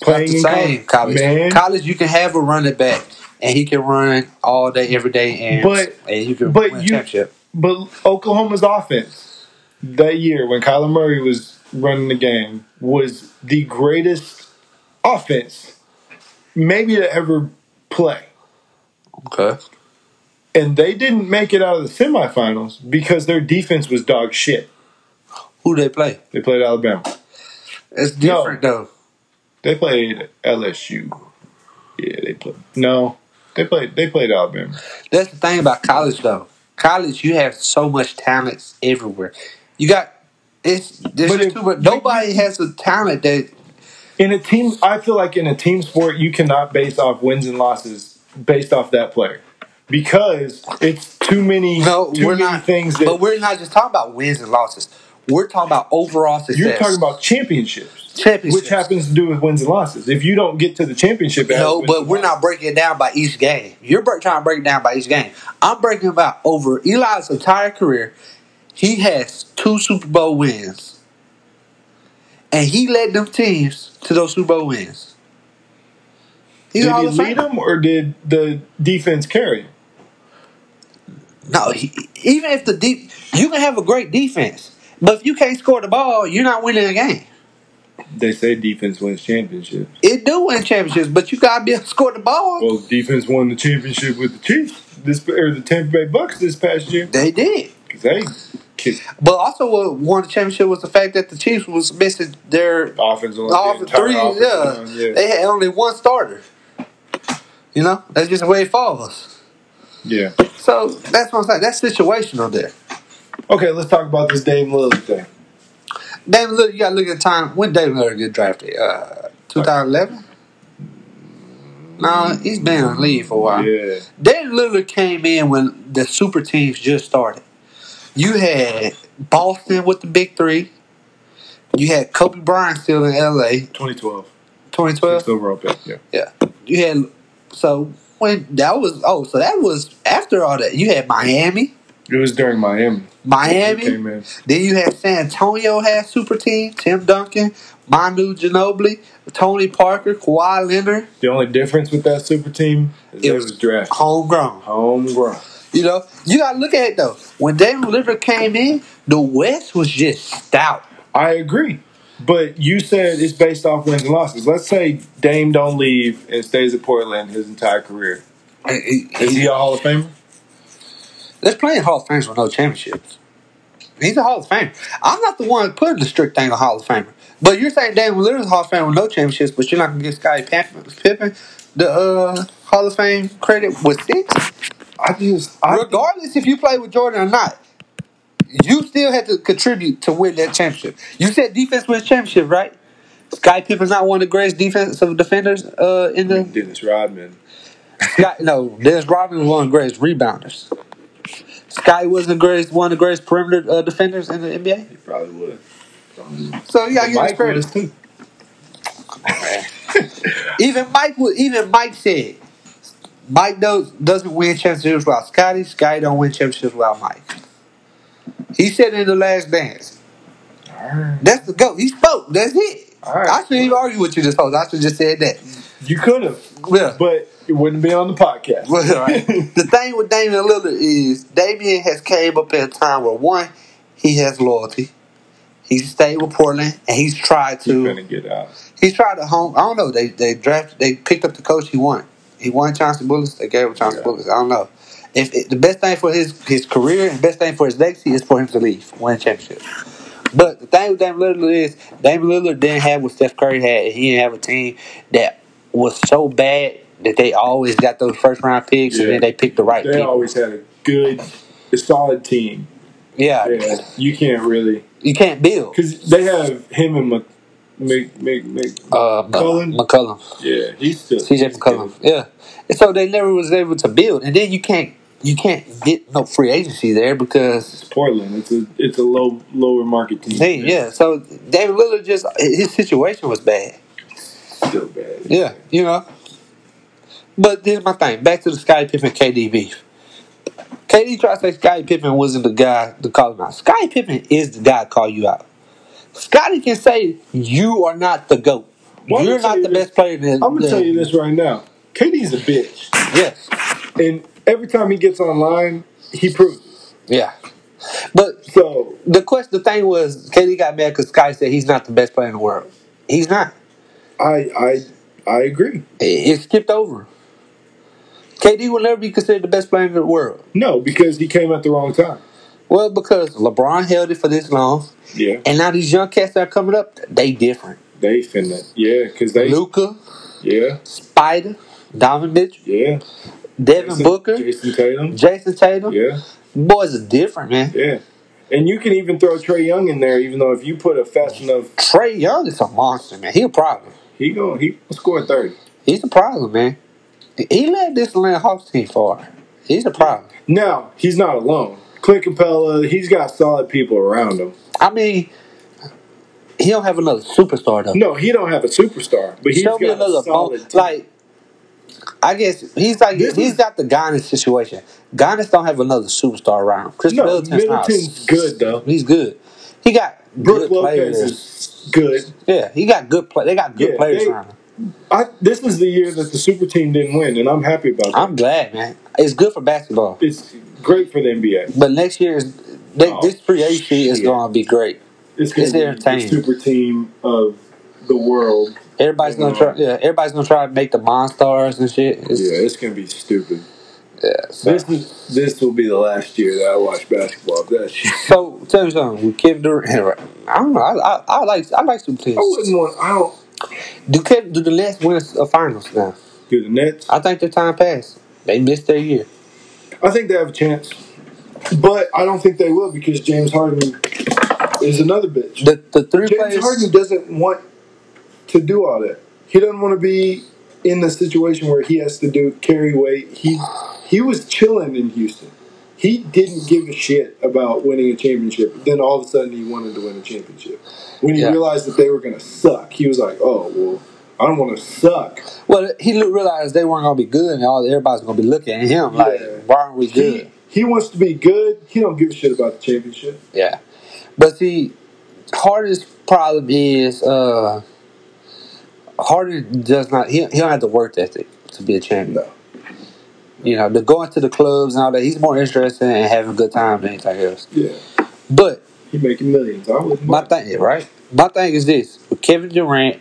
playing
It's
in
not the same
college,
college.
man,
College, you can have a running back, and he can run all day, every day, and
But-
and you can
but
win a
you-
championship.
But Oklahoma's offense that year when Kyler Murray was running the game was the greatest offense maybe to ever play.
Okay.
And they didn't make it out of the semifinals because their defense was dog shit.
Who they play?
They played Alabama.
It's
No.
different though.
They played LSU. Yeah, they played. No, they played. They played Alabama.
That's the thing about college, though. College, you have so much talents everywhere. You got it's there's
But
but
if-
too much. Nobody has the talent that
In a team, I feel like in a team sport, you cannot base off wins and losses based off that player because it's too many.
no.
too
we're
many
not
things
but
that
we're not just talking about wins and losses. We're talking about overall success.
you're talking about championships,
championships.
which happens to do with wins and losses. If you don't get to the championship, it has
no,
wins
but
and
we're not
losses.
breaking it down by each game. You're break, trying to break it down by each game. I'm breaking about over Eli's entire career. He has two Super Bowl wins, and he led them teams to those Super Bowl wins. He's
Did
all
he
the
lead them, or did the defense carry? him?
No, he, even if the deep, you can have a great defense, but if you can't score the ball, you're not winning a game.
They say defense wins championships.
It do win championships, but you gotta be able to score the ball.
Well, defense won the championship with the Chiefs this or the Tampa Bay Bucks this past year
they did,
'Cause they kicked
but also what won the championship was the fact that the Chiefs was missing their
offense on
off the three. Yeah. they had only one starter. You know, that's just the way it falls.
yeah.
So that's what I'm saying. That's situational there.
Okay, let's talk about this Dame Lillard thing.
David Lillard, you gotta look at the time. When David Lillard get drafted? Uh, 2011. No, he's been on leave for a while.
Yeah,
David Lillard came in when the super teams just started. You had Boston with the big three. You had Kobe Bryant still in LA,
2012,
2012.
sixth overall pick. Yeah,
Yeah. You had so when that was oh so that was after all that you had Miami,
it was during Miami.
Miami.
Okay, man.
Then you had San Antonio had super team. Tim Duncan, Manu Ginobili, Tony Parker, Kawhi Leonard.
The only difference with that super team is
It
it
was-
was draft
Homegrown.
homegrown.
You know, you gotta look at it though. When Damon Lillard came in, the West was just stout.
I agree. But you said it's based off wins and losses. Let's say Dame don't leave and stays at Portland his entire career. Is he a Hall of Famer?
There's plenty of Hall of Famers with no championships. He's a Hall of Famer. I'm not the one putting the strict thing on Hall of Famer. But you're saying Damian Lillard's a Hall of Famer with no championships, but you're not going to give Scottie Pippen, Pippen the uh, Hall of Fame credit with six?
I just I
Regardless if you play with Jordan or not, you still had to contribute to win that championship. You said defense wins championship, right? Scottie Pippen's not one of the greatest defensive defenders uh, in the
Dennis Rodman.
Scott, no, Dennis Rodman was one of the greatest rebounders. Sky was the greatest, one of the greatest perimeter uh, defenders in the NBA.
He probably would.
Oh, So you gotta give him
Mike
credit.
was too.
Even Mike was, even Mike said, Mike does, doesn't win championships without Scotty. Scotty don't win championships without Mike. He said in the last dance,
Alright.
"That's the goat." He spoke. That's it.
All right.
I shouldn't even argue with you this whole. I should just said that.
You could have,
Yeah.
but it wouldn't be on the podcast.
Well, right. the thing with Damian Lillard is Damian has came up at a time where one, he has loyalty. He's stayed with Portland and he's tried
He's
to
gonna get out.
he's tried to home I don't know, they they drafted they picked up the coach he wanted. He won Chauncey Bullets, they gave him Chauncey
Yeah.
Bullets. I don't know. If it, the best thing for his his career and best thing for his legacy is for him to leave, win a championship. But the thing with Damian Lillard is Damian Lillard didn't have what Steph Curry had. He didn't have a team that was so bad that they always got those first round picks and
Yeah.
then they picked the right
They
people.
always had a good, a solid team.
yeah.
Yeah, you can't really
You can't build.
because they have him and Mc, Mc, Mc, Mc-
Uh, McCollum.
McCollum?
McCollum.
yeah, he's still
CJ McCollum. Yeah. And so they never was able to build. And then you can't you can't get no free agency there because
Portland. It's a it's a low lower market team.
Hey, yeah. So David Lillard just his situation was bad.
It's still bad.
Yeah, you know. But this is my thing. Back to the Scottie Pippen KD beef. KD tried to say Scottie Pippen wasn't the guy to call him out. Scottie Pippen is the guy to call you out. Scottie can say you are not the goat.
Well, I'm
You're
gonna tell
not
you
the
this.
best player. In,
I'm gonna tell you this right now. KD's a bitch,
Yes.
and every time he gets online, he proves. it.
Yeah. But
So
the question, the thing was, KD got mad because Scottie said he's not the best player in the world. He's not.
I I I agree.
It, it skipped over. KD will never be considered the best player in the world.
No, because he came at the wrong time.
Well, because LeBron held it for this long,
Yeah,
and now these young cats that are coming up, they different.
they finna. Yeah, because they.
Luca,
Yeah,
Spider, Donovan Mitchell,
yeah.
Devin
Jason-
Booker,
Jason Tatum.
Jason Tatum.
Yeah,
Boys are different, man.
yeah. And you can even throw Trey Young in there, even though if you put a fast enough,
Trey Young is a monster, man. He a problem.
he go he gonna score thirty.
He's a problem, man. He led this Atlanta Hawks team far. He's a problem.
Now he's not alone. Clint Capella, he's got solid people around him.
I mean, he don't have another superstar though.
No, he don't have a superstar, but he's
Show me
got a
another
solid.
bone.
team.
Like, I guess he's like
This
he's
is-
got the Giannis situation. Giannis don't have another superstar around. Chris
no,
Middleton's, not-
Middleton's good though.
He's good. He got
Brook
good
Lopez
players.
is good.
yeah, he got good play. They got good
Yeah,
players
they-
around. Him.
I, this is the year that the super team didn't win, and I'm happy about that.
I'm glad, man. It's good for basketball.
It's great for the NBA.
But next year is th-
Oh,
this free agency is
shit.
going to be great.
It's going
It's
to be the
entertaining.
super team of the world.
Everybody's gonna try. Yeah, everybody's gonna try to make the monstars and shit. It's,
Yeah, it's going to be stupid.
yeah, so-
This is this will be the last year that I watch basketball. That shit.
So tell me something with Kevin Durant. I don't know. I, I, I like I like some
I
teams.
wouldn't want. I don't.
Do Kevin, do the Nets win a finals now?
Do the Nets?
I think their time passed. They missed their year.
I think they have a chance, but I don't think they will because James Harden is another bitch.
The the three
James
players.
Harden doesn't want to do all that. He doesn't want to be in the situation where he has to do carry weight. He he was chilling in Houston. He didn't give a shit about winning a championship. Then all of a sudden, he wanted to win a championship. When he
Yeah.
realized that they were going to suck, he was like, "Oh well, I don't want to suck."
Well, he lo- realized they weren't gonna be good, and all everybody's gonna be looking at him like,
Yeah.
why aren't we good?
He He wants to be good. He don't give a shit about the championship.
Yeah. But see, Harden's problem is uh Harden does not he, he don't have the work ethic to be a champion.
No.
You know, the going to the clubs and all that, he's more interested in having a good time than anything else.
Yeah,
But
he making millions. I wouldn't.
my
mind.
thing right? My thing is this with Kevin Durant,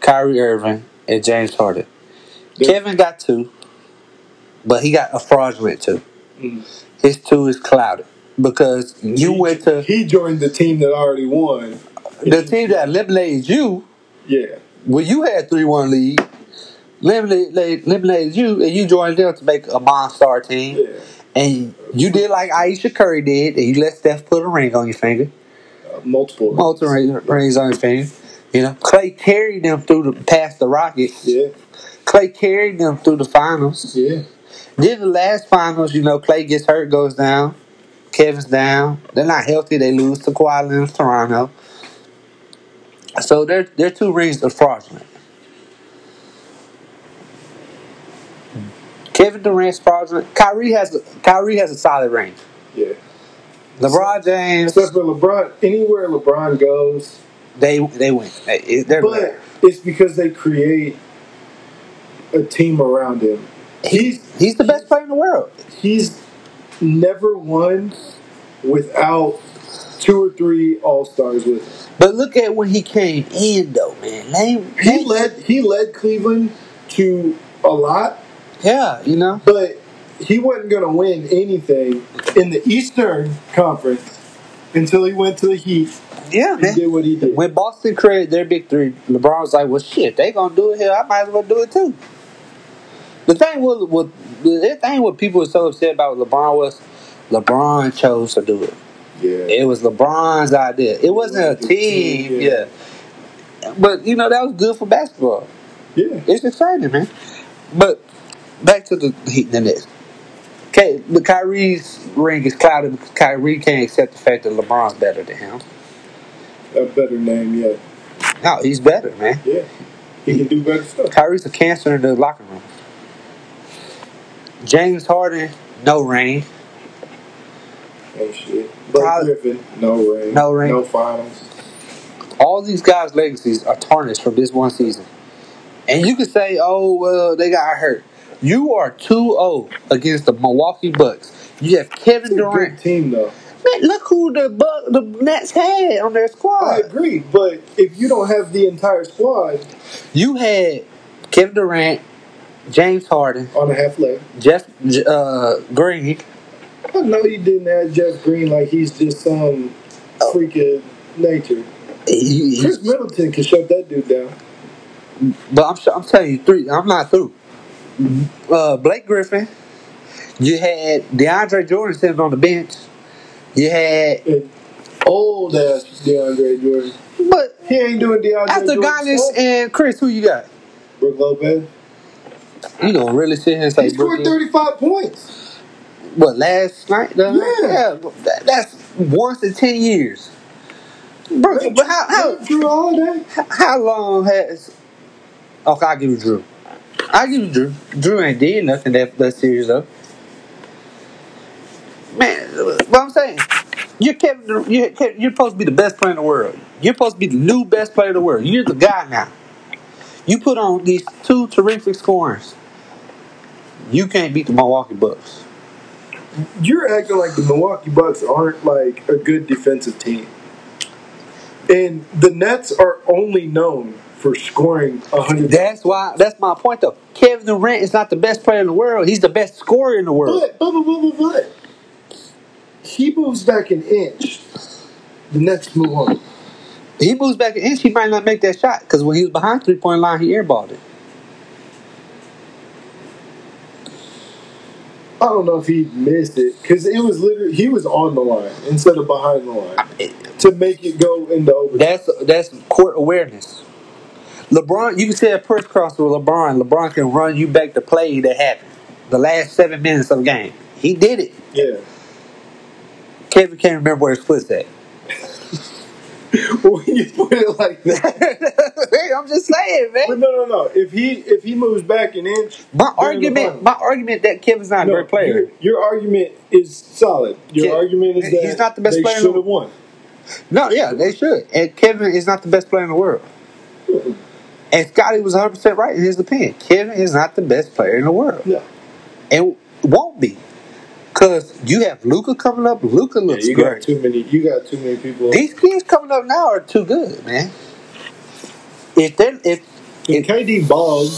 Kyrie Irving, and James Harden.
Yeah.
Kevin got two, but he got a fraudulent two.
Mm.
His two is clouded. Because you
He-
went to
He joined the team that already won.
the team that eliminated you
Yeah,
when you had three one lead, eliminated, eliminated you, and you joined them to make a monster team.
yeah.
And you did like Aisha Curry did, and you let Steph put a ring on your finger,
Uh, multiple.
multiple ring- rings on your finger. You know, Clay carried them through the past the Rockets.
Yeah,
Clay carried them through the finals.
yeah.
Then the last finals, you know, Clay gets hurt, goes down. Kevin's down. They're not healthy. They lose to Kawhi Leonard, Toronto. So their their two rings are fraudulent. Kevin Durant's fraudulent. Kyrie has a, Kyrie has a solid ring.
Yeah.
LeBron James,
Except for LeBron, anywhere LeBron goes,
they they win. They, it- they're
but it's because they create a team around him. He's
he's the best player in the world.
he's never won without two or three All Stars with him.
But look at when he came in though, man. Name,
He
name-
led he led Cleveland to a lot,
yeah, you know.
but he wasn't going to win anything in the Eastern Conference until he went to the Heat
Yeah,
and
man.
did what he did.
When Boston created their big three, LeBron was like, "Well, shit, they gonna do it here. I might as well do it too." The thing was, with the thing what people were so upset about with LeBron was, LeBron chose to do it.
Yeah,
It was LeBron's idea. It wasn't a team, yeah. But you know that was good for basketball.
yeah.
It's exciting, man. But back to the Heat and the Nets. Okay, the Kyrie's ring is clouded because Kyrie can't accept the fact that LeBron's better than him.
A better name, yeah.
No, he's better, man.
Yeah, he can do better stuff.
Kyrie's a cancer in the locker room. James Harden, no ring.
Oh shit! Blake
Prob-
Griffin, no ring,
No ring.
no finals.
All these guys' legacies are tarnished from this one season. And you could say, oh, well, they got hurt. You are 2 0 against the Milwaukee Bucks. You have Kevin
It's a good
Durant.
team though.
Man, look who the Buck, the Nets had on their
I
squad.
agree, but if you don't have the entire squad
You had Kevin Durant, James Harden,
on a half leg,
Jeff J- uh, Green.
I know you didn't have Jeff Green like he's just some freak of nature.
He- he-
Chris Middleton can shut that dude down.
but I'm, sure- I'm telling you, three. I'm not through. Uh, Blake Griffin. You had DeAndre Jordan sitting on the bench. You had,
And old ass DeAndre Jordan,
but
he ain't doing DeAndre
after
Jordan.
Giannis and Chris, who you got?
Brook Lopez,
You gonna really sit here and
he
say Brooklyn?
scored thirty five points.
What last night? The night?
Yeah.
yeah that, that's once in ten years. Brooklyn, but how how
Drew Holiday?
How long has? Okay, I'll give you Drew. I give you Drew. Drew ain't did nothing that that series though. Man, what I'm saying, you're Kevin. Dur- You're, Kevin- you're supposed to be the best player in the world. You're supposed to be the new best player in the world. You're the guy now. You put on these two terrific scorers. You can't beat the Milwaukee Bucks.
You're acting like the Milwaukee Bucks aren't like a good defensive team. And the Nets are only known for scoring 100.
That's why. That's my point though. Kevin Durant is not the best player in the world. He's the best scorer in the world.
But, but, but, but, but, but, he moves back an inch. The Nets move on.
He moves back an inch, he might not make that shot because when he was behind three point line, he airballed it.
I don't know if he missed it because it was literally he was on the line instead of behind the line to make it go into overtime.
That's that's court awareness. LeBron, you can say a press cross with LeBron. LeBron can run you back the play that happened the last seven minutes of the game. He did it.
Yeah,
Kevin can't remember where his foot's at.
when you put it like that.
Hey, I'm just saying,
But
man.
no, no, no. If he if he moves back an inch,
My
they're in the
argument,
finals.
my argument that Kevin's not a
No,
great player.
Your, your argument is solid. Your
Yeah.
argument is
He's
that
not the best
they
player in the-
should have won.
No, yeah, they should. And Kevin is not the best player in the world. And Scotty was 100 percent right in his opinion. Kevin is not the best player in the world,
Yeah,
and won't be, because you have Luca coming up. Luca
yeah
looks
you got
great.
too many. You got too many people.
These kids coming up now are too good, man. If they if
And
if,
KD bald,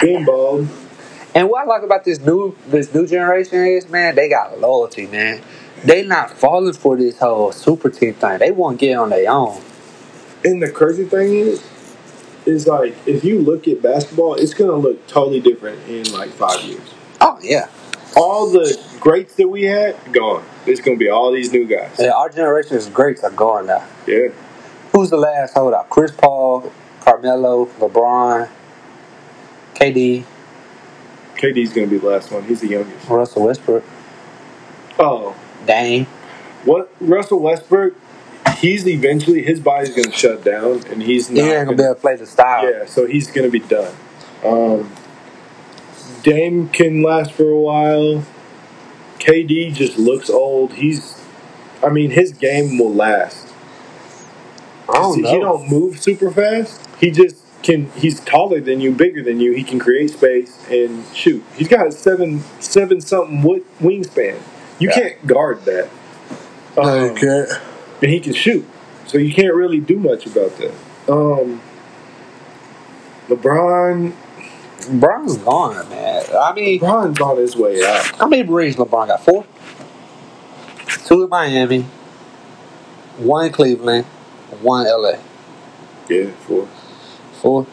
been bald.
and what I like about this new this new generation is, man, they got loyalty, man. They not falling for this whole super team thing. They want to get on their own.
And the crazy thing is, is like if you look at basketball, it's gonna look totally different in like five years.
Oh yeah,
All the greats that we had gone. It's gonna be all these new guys.
yeah our generation's greats are going now.
Yeah,
Who's the last holdout? Chris Paul, Carmelo, LeBron, KD,
KD's gonna be the last one. He's the youngest.
Russell Westbrook,
Oh,
Dame.
What Russell Westbrook, he's eventually his body's gonna shut down, and he's
He
not.
ain't gonna be able to play the style.
yeah, so he's gonna be done. Um, Dame can last for a while. KD just looks old. He's, I mean, his game will last.
I don't
He
know.
don't move super fast. He just can. He's taller than you, bigger than you. He can create space and shoot. He's got a seven seven something wi- wingspan. You
Yeah.
can't guard that. Um,
okay.
and he can shoot. So you can't really do much about that. Um, LeBron,
LeBron's gone, man. I mean,
LeBron's on his way out.
How many rings LeBron got? Four? Two in Miami, one in Cleveland, one in LA.
Yeah, for
Four.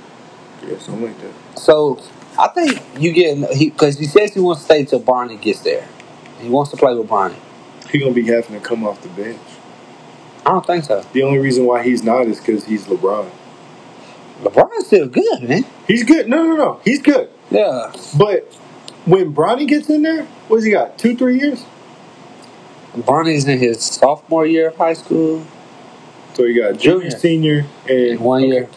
yeah, something like that.
So I think you get he because he says he wants to stay till Barney gets there. He wants to play with Barney.
He gonna be having to come off the bench.
I don't think so.
The only reason why he's not is because he's LeBron.
LeBron's still good, man.
He's good. No, no, no. He's good.
Yeah,
But when Bronny gets in there, what's he got? Two, three years.
Barney's in his sophomore year of high school.
So you got junior,
Junior.
senior, and
One year.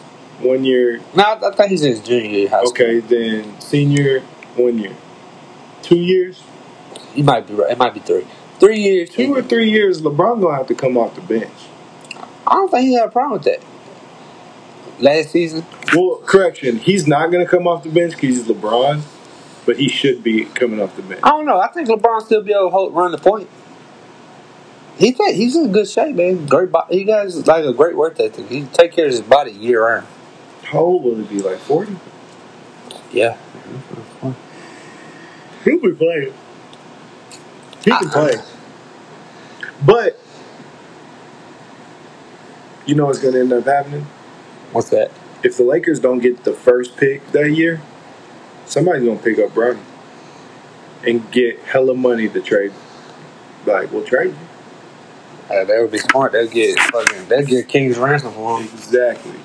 One year.
No, I, I think he's in his junior year of high school.
Okay, then senior, one year, two years.
You might be right. It might be three. Three years.
two or three years, LeBron gonna have to come off the bench.
I don't think he had a problem with that. Last season,
Well, correction, he's not gonna come off the bench because he's LeBron, but he should be coming off the bench.
I don't know. I think LeBron still be able to hold, run the point. He think he's in good shape, man. Great, bo- he got his- like a great work ethic. He take care of his body year round.
How old will he be? Like forty?
Yeah,
He'll be playing. He can
I-
play, but you know what's gonna end up happening
what's that?
if the Lakers don't get the first pick that year. Somebody's gonna pick up Bronny and get hella money to trade. Like, we'll trade you.
Uh, that would be smart. They'll get fucking. They'll get King's ransom for him.
Exactly.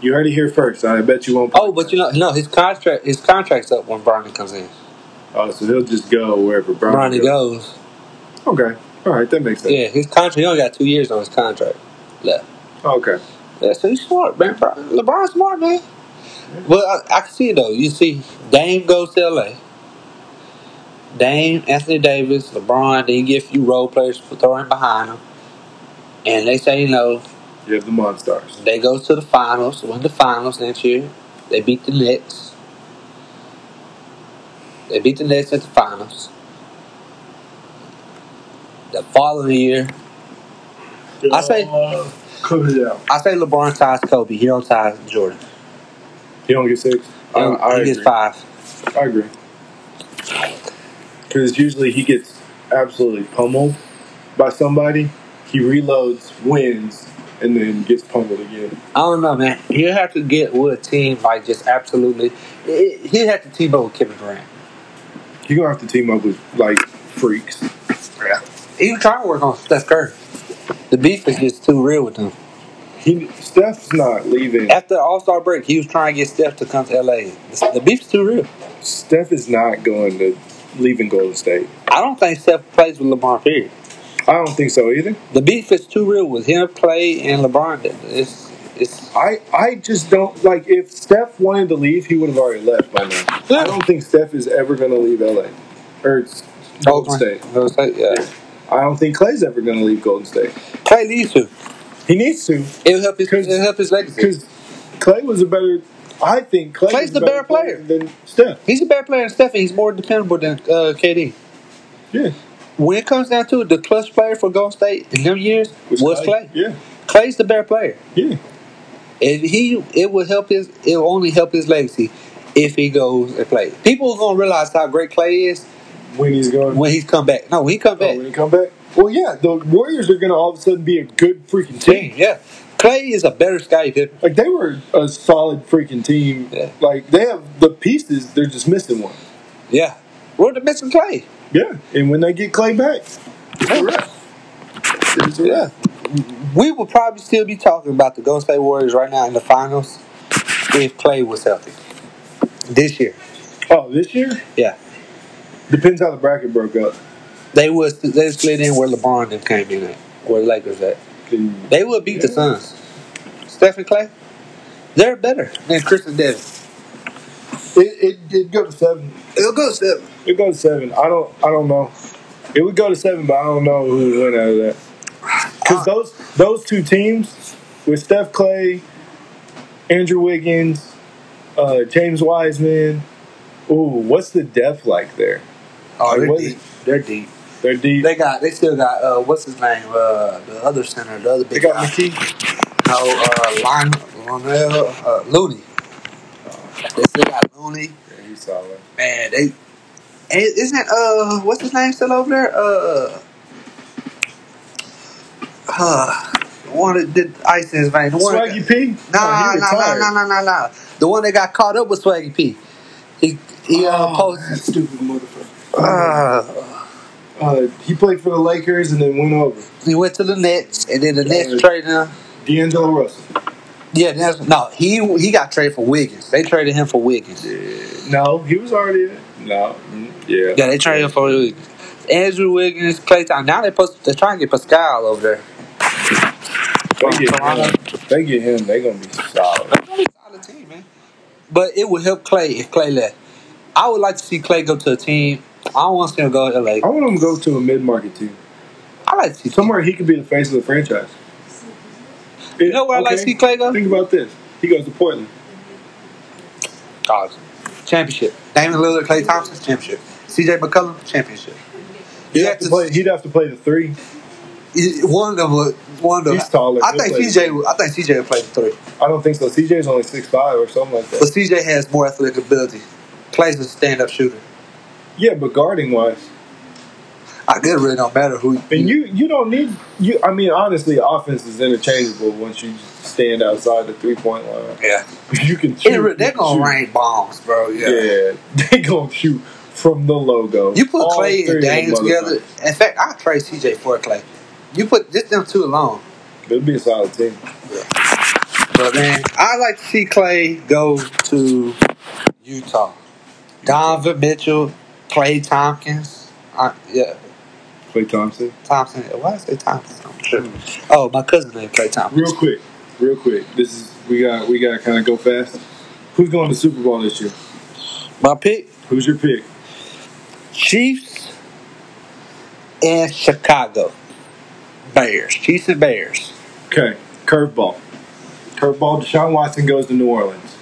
You heard it here first. I bet you won't.
Oh, but you know, no, his contract. His contract's up when Bronny comes in.
Oh, so he'll just go wherever Bronny,
Bronny goes.
goes. Okay. All right, that makes sense.
Yeah, his contract. He only got two years on his contract left.
Okay.
Yeah, so he's smart, man. Bron- LeBron's smart, man. Well, I, I can see it though. You see, Dame goes to LA. Dame, Anthony Davis, LeBron. Then you get a few role players for throwing behind them, and they say you know
You have the Monstars.
they go to the finals. Win the finals next year. They beat the Nets. They beat the Nets at the finals. The following year, I say-
Uh, cut it out.
I say LeBron ties Kobe. He don't tie Jordan.
He don't get six.
He,
I, I
he
agree.
gets five.
I agree. Because usually he gets absolutely pummeled by somebody. He reloads, wins, and then gets pummeled again.
I don't know, man. He'll have to get with a team like just absolutely. He- He'll have to team up with Kevin Durant.
He gonna have to team up with like freaks.
Yeah. He was trying to work on Steph Curry. The beef is just too real with him.
He Steph's not leaving.
After All Star break, he was trying to get Steph to come to LA. The, the beef's too real.
Steph is not going to leaving Golden State.
I don't think Steph plays with LeBron. Period.
I don't think so either.
The beef is too real with him, Clay, and LeBron. It's it's
I, I just don't like if Steph wanted to leave, he would have already left by now. I don't think Steph is ever going to leave LA or Golden State.
Golden State, yeah.
I don't think Clay's ever going to leave Golden State.
Clay needs to.
He needs to
It'll help his
'Cause-
it'll help his legacy.
because Clay was a better. I think Clay
Clay's the
was a
better player.
than Steph.
He's a better player than Steph. and He's more dependable than uh, KD.
Yeah,
When it comes down to it, the clutch player for Golden State in them years was, Clay.
Yeah,
Clay's the better player.
yeah.
If he, it will help his. It will only help his legacy if he goes and plays. People are gonna realize how great Clay is
When he's going,
when he's come back. No, when he come
oh,
back,
when he come back. Well, yeah, the Warriors are going to all of a sudden be a good freaking team.
team. Yeah, Clay is a better Scottie Pippen.
Like they were a solid freaking team.
Yeah.
Like they have the pieces, they're just missing one.
Yeah, we're the missing Clay.
Yeah, and when they get Clay back, it's a wrap. It's a
Yeah,
wrap.
we would probably still be talking about the Golden State Warriors right now in the finals if Clay was healthy this year.
Oh, this year
Yeah,
depends how the bracket broke up.
they was they slid in where LeBron them came in at, where the Lakers at.
And
They would beat the Suns. Steph and Clay, they're better than Chris and Devin.
It it it go to seven.
It'll go seven.
It go to seven. I don't I don't know. It would go to seven, but I don't know who would win out of that.
Uh,
Because those those two teams with Steph Clay, Andrew Wiggins, uh, James Wiseman. Ooh, what's the depth like there?
Oh, they're
What
deep.
is-
They're deep.
They're deep.
They got. They still got. Uh, what's his name? Uh, the other center, the other
They
big
got
guy.
McKee.
No, uh, Lon, Lonel, uh, Looney. They still got Looney.
Yeah, he's solid.
Man, they. and Isn't that, uh what's his name still over there? Uh, uh the one that did ice in his vein. The one that-
Swaggy P? Oh,
Nah,
he
nah, nah,
retired.
nah, nah, nah, nah. The one that got caught up with Swaggy P. He he uh,
Oh,
posted.
that stupid motherfucker.
Uh,
Uh, he played for the Lakers and then went over.
he went to the Nets, and then the Nets
Yeah.
traded him.
D'Angelo Russell.
Yeah, that's, no, he he got traded for Wiggins. They traded him for Wiggins. Yeah,
No, he was already there. No. Mm, Yeah.
they traded him for Wiggins. Andrew Wiggins, Clay Thompson. Now they post, they're trying to get Pascal over there.
They get
Toronto.
him. They get him. They're going to be solid.
Solid team, man. But it would help Clay if Clay left. I would like to see Clay go to a team. I don't want to see him go to
I
LA.
want him to go to a mid market team.
I like to see somewhere.
Somewhere he could be the face of the franchise. You
know where I like to see Clay go?
Think about this. He goes to Portland.
Championship. Damian Lillard, Clay Thompson, championship. CJ McCollum, championship.
He'd
You
have, to play, he'd have to play the three.
One of them, would- one of them.
He's taller.
I
He'll
think
play
CJ. would- I think CJ will play the three.
I don't think so. CJ's only six five or something like
But
that.
CJ has more athletic ability. Plays a stand-up shooter.
Yeah, but guarding wise.
I guess it really don't matter who.
And you you don't need you. I mean, honestly, offense is interchangeable once you stand outside the three point line.
Yeah,
You can shoot.
it, re- they're gonna
shoot.
rain bombs, bro. Yeah.
Yeah, they gonna shoot from the logo.
You put
All
Clay
three
and
of them
Dame together.
motherfuckers.
In fact, I trade CJ for Clay. You put just them two alone.
It'll be a solid team.
But man, I like to see Clay go to Utah. Donovan Mitchell, Clay Tompkins. I, yeah,
Clay Thompson.
Thompson. Why is it Thompson? I'm sure. Oh, my cousin named Clay Thompson.
Real quick, real quick. This is we got we got to kind of go fast. Who's going to Super Bowl this year?
My pick:
Who's your pick?
Chiefs and Chicago Bears. Chiefs and Bears.
Okay, curveball. Curveball. Deshaun Watson goes to New Orleans.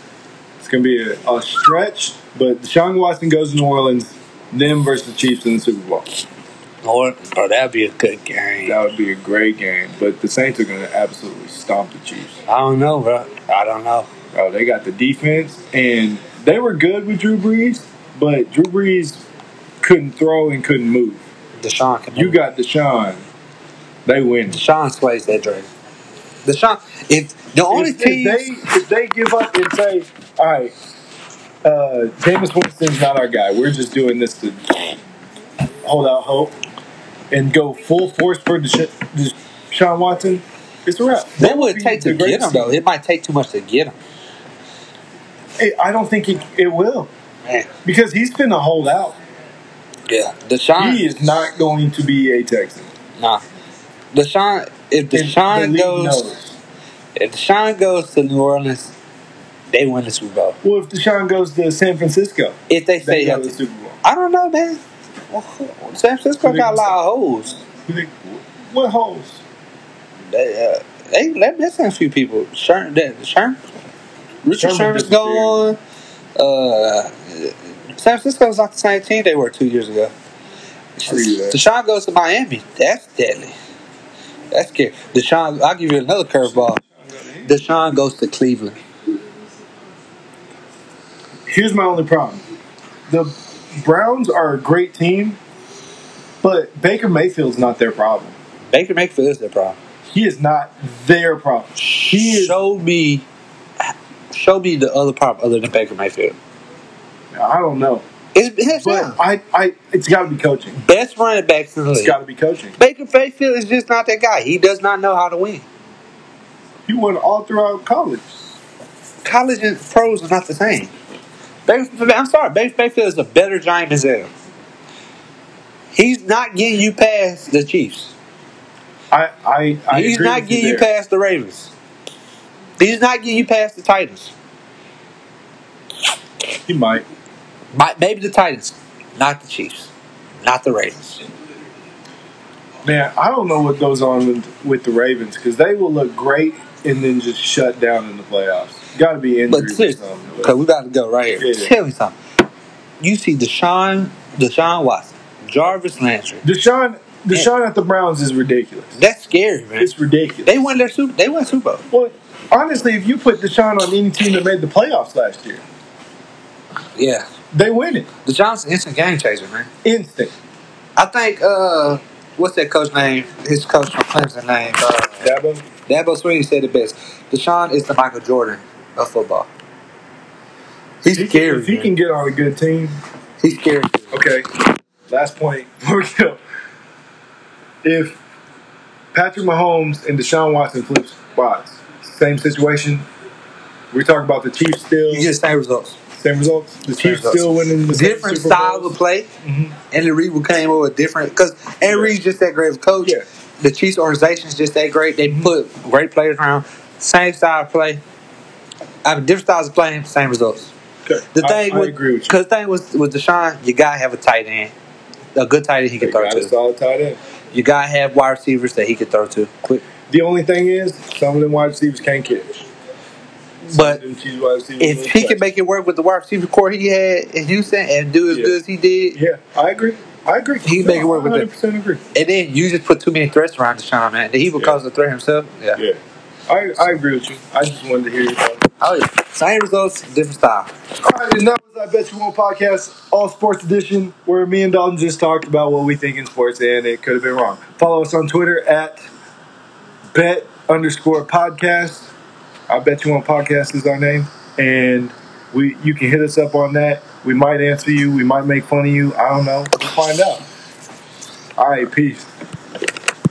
It's gonna be a, a stretch, but Deshaun Watson goes to New Orleans. Them versus the Chiefs in the Super Bowl.
Lord, oh, that'd be a good game.
That would be a great game, but the Saints are going to absolutely stomp the Chiefs.
I don't know, bro. I don't know.
Oh, they got the defense, and they were good with Drew Brees, but Drew Brees couldn't throw and couldn't move.
Deshaun can.
You got Deshaun, they win.
Deshaun slays that dragon. Deshaun. If the only
if,
team.
if they if they give up and say, "All right, uh, Jameis Winston's not our guy. We're just doing this to hold out hope and go full force for Desha- Deshaun Watson," it's a wrap.
What
That
would
be
it take to
the greatest
get him though? It might take too much to get him.
It, I don't think it, it will
Man,
because he's been a holdout.
yeah, Deshaun.
He is not going to be a Texan.
Nah, Deshaun, if Deshaun
The league
goes,
knows.
if Deshaun goes to New Orleans, they win the Super Bowl.
Well, if Deshaun goes to San Francisco,
If they
they
stay
go to the
healthy,
Super Bowl.
I don't know, man. San Francisco got a lot of holes.
You think, What holes?
They, uh, they they're missing a few people. Sherm, that Sherm, Richard
Sherman
Sherman's
disappeared.
gone. Uh, San Francisco's not the same team they were two years ago.
agree with that.
Deshaun goes to Miami. That's deadly. That's scary. Deshaun, I'll give you another curveball. Deshaun goes to Cleveland.
Here's my only problem: the Browns are a great team, but Baker Mayfield's not their problem.
Baker Mayfield is their problem.
He is not their problem. He is.
Show me, show me the other problem other than Baker Mayfield.
I don't know,
It's hands
but
down.
I, I, it's got to be coaching.
best running backs in the
It's
league.
got to be coaching.
Baker Mayfield is just not that guy. He does not know how to win.
He won all throughout college.
college and pros are not the same. Baker, I'm sorry, Baker Mayfield is a better Johnny Manziel. He's not getting you past the Chiefs.
I, I, I
He's
agree
not
with you
getting you
there.
past the Ravens. He's not getting you past the Titans.
He might.
Might- Maybe the Titans, not the Chiefs, not the Ravens.
Man, I don't know what goes on with, with the Ravens because they will look great and then just shut down in the playoffs. Got to be
But
injuries or
seriously,
something.
because we about to go right here.
Yeah.
Tell me something. You see Deshaun, Deshaun Watson, Jarvis Landry.
Deshaun, Deshaun at the Browns is ridiculous.
That's scary, man.
It's ridiculous.
They won their Super. They won Super Bowl.
Well, honestly, if you put Deshaun on any team that made the playoffs last year,
Yeah,
they win it
the Johnson instant game changer, man.
instant.
I think uh, what's that coach name? His coach from Clemson name. Uh,
Dabo,
Dabo Sweeney said it best. Deshaun is the Michael Jordan of football. He's
He-
scary.
If he
man.
can get on a good team,
He's scary.
okay. Last point. before we go. If Patrick Mahomes and Deshaun Watson flip spots, same situation. We're talking about the Chiefs still.
You get the same results.
Same results. The Chiefs
results.
still winning the same
Different
Super
style
Bowls.
of play. Andy Reid will came over with different because Andy
Yeah.
Reid's just that great of a coach.
Yeah. Mm-hmm.
The Chiefs organization is just that great. They put great players around. Same style of play. I mean, different styles of playing, same results.
Okay.
The
I-
thing
I,
with,
agree with you.
Cause the thing with with Deshaun, you gotta have a tight end, a good tight end he
They
can throw
got a
to.
solid tight end.
You gotta have wide receivers that he can throw to. Quick.
The only thing is, some of them wide receivers can't catch.
But
Them Chiefs wide receivers
if
lose
he can
touch.
make it work with the wide receiver core he had in Houston and do as
Yeah.
good as he did,
yeah, I agree. I agree.
He can make it work with it.
100% agree.
and then you just put too many threats around Deshaun, man, he will
Yeah.
cause a threat himself. Yeah.
Yeah, I, I agree with you. I just wanted to hear your thoughts.
Oh yeah. Same results, different style.
All right, and that was I Bet You Won't podcast, all sports edition, where me and Dalton just talked about what we think in sports, and it could have been wrong. Follow us on Twitter at bet underscore podcast. I bet you won't podcast is our name, and we you can hit us up on that. We might answer you. We might make fun of you. I don't know. We'll find out. All right, peace.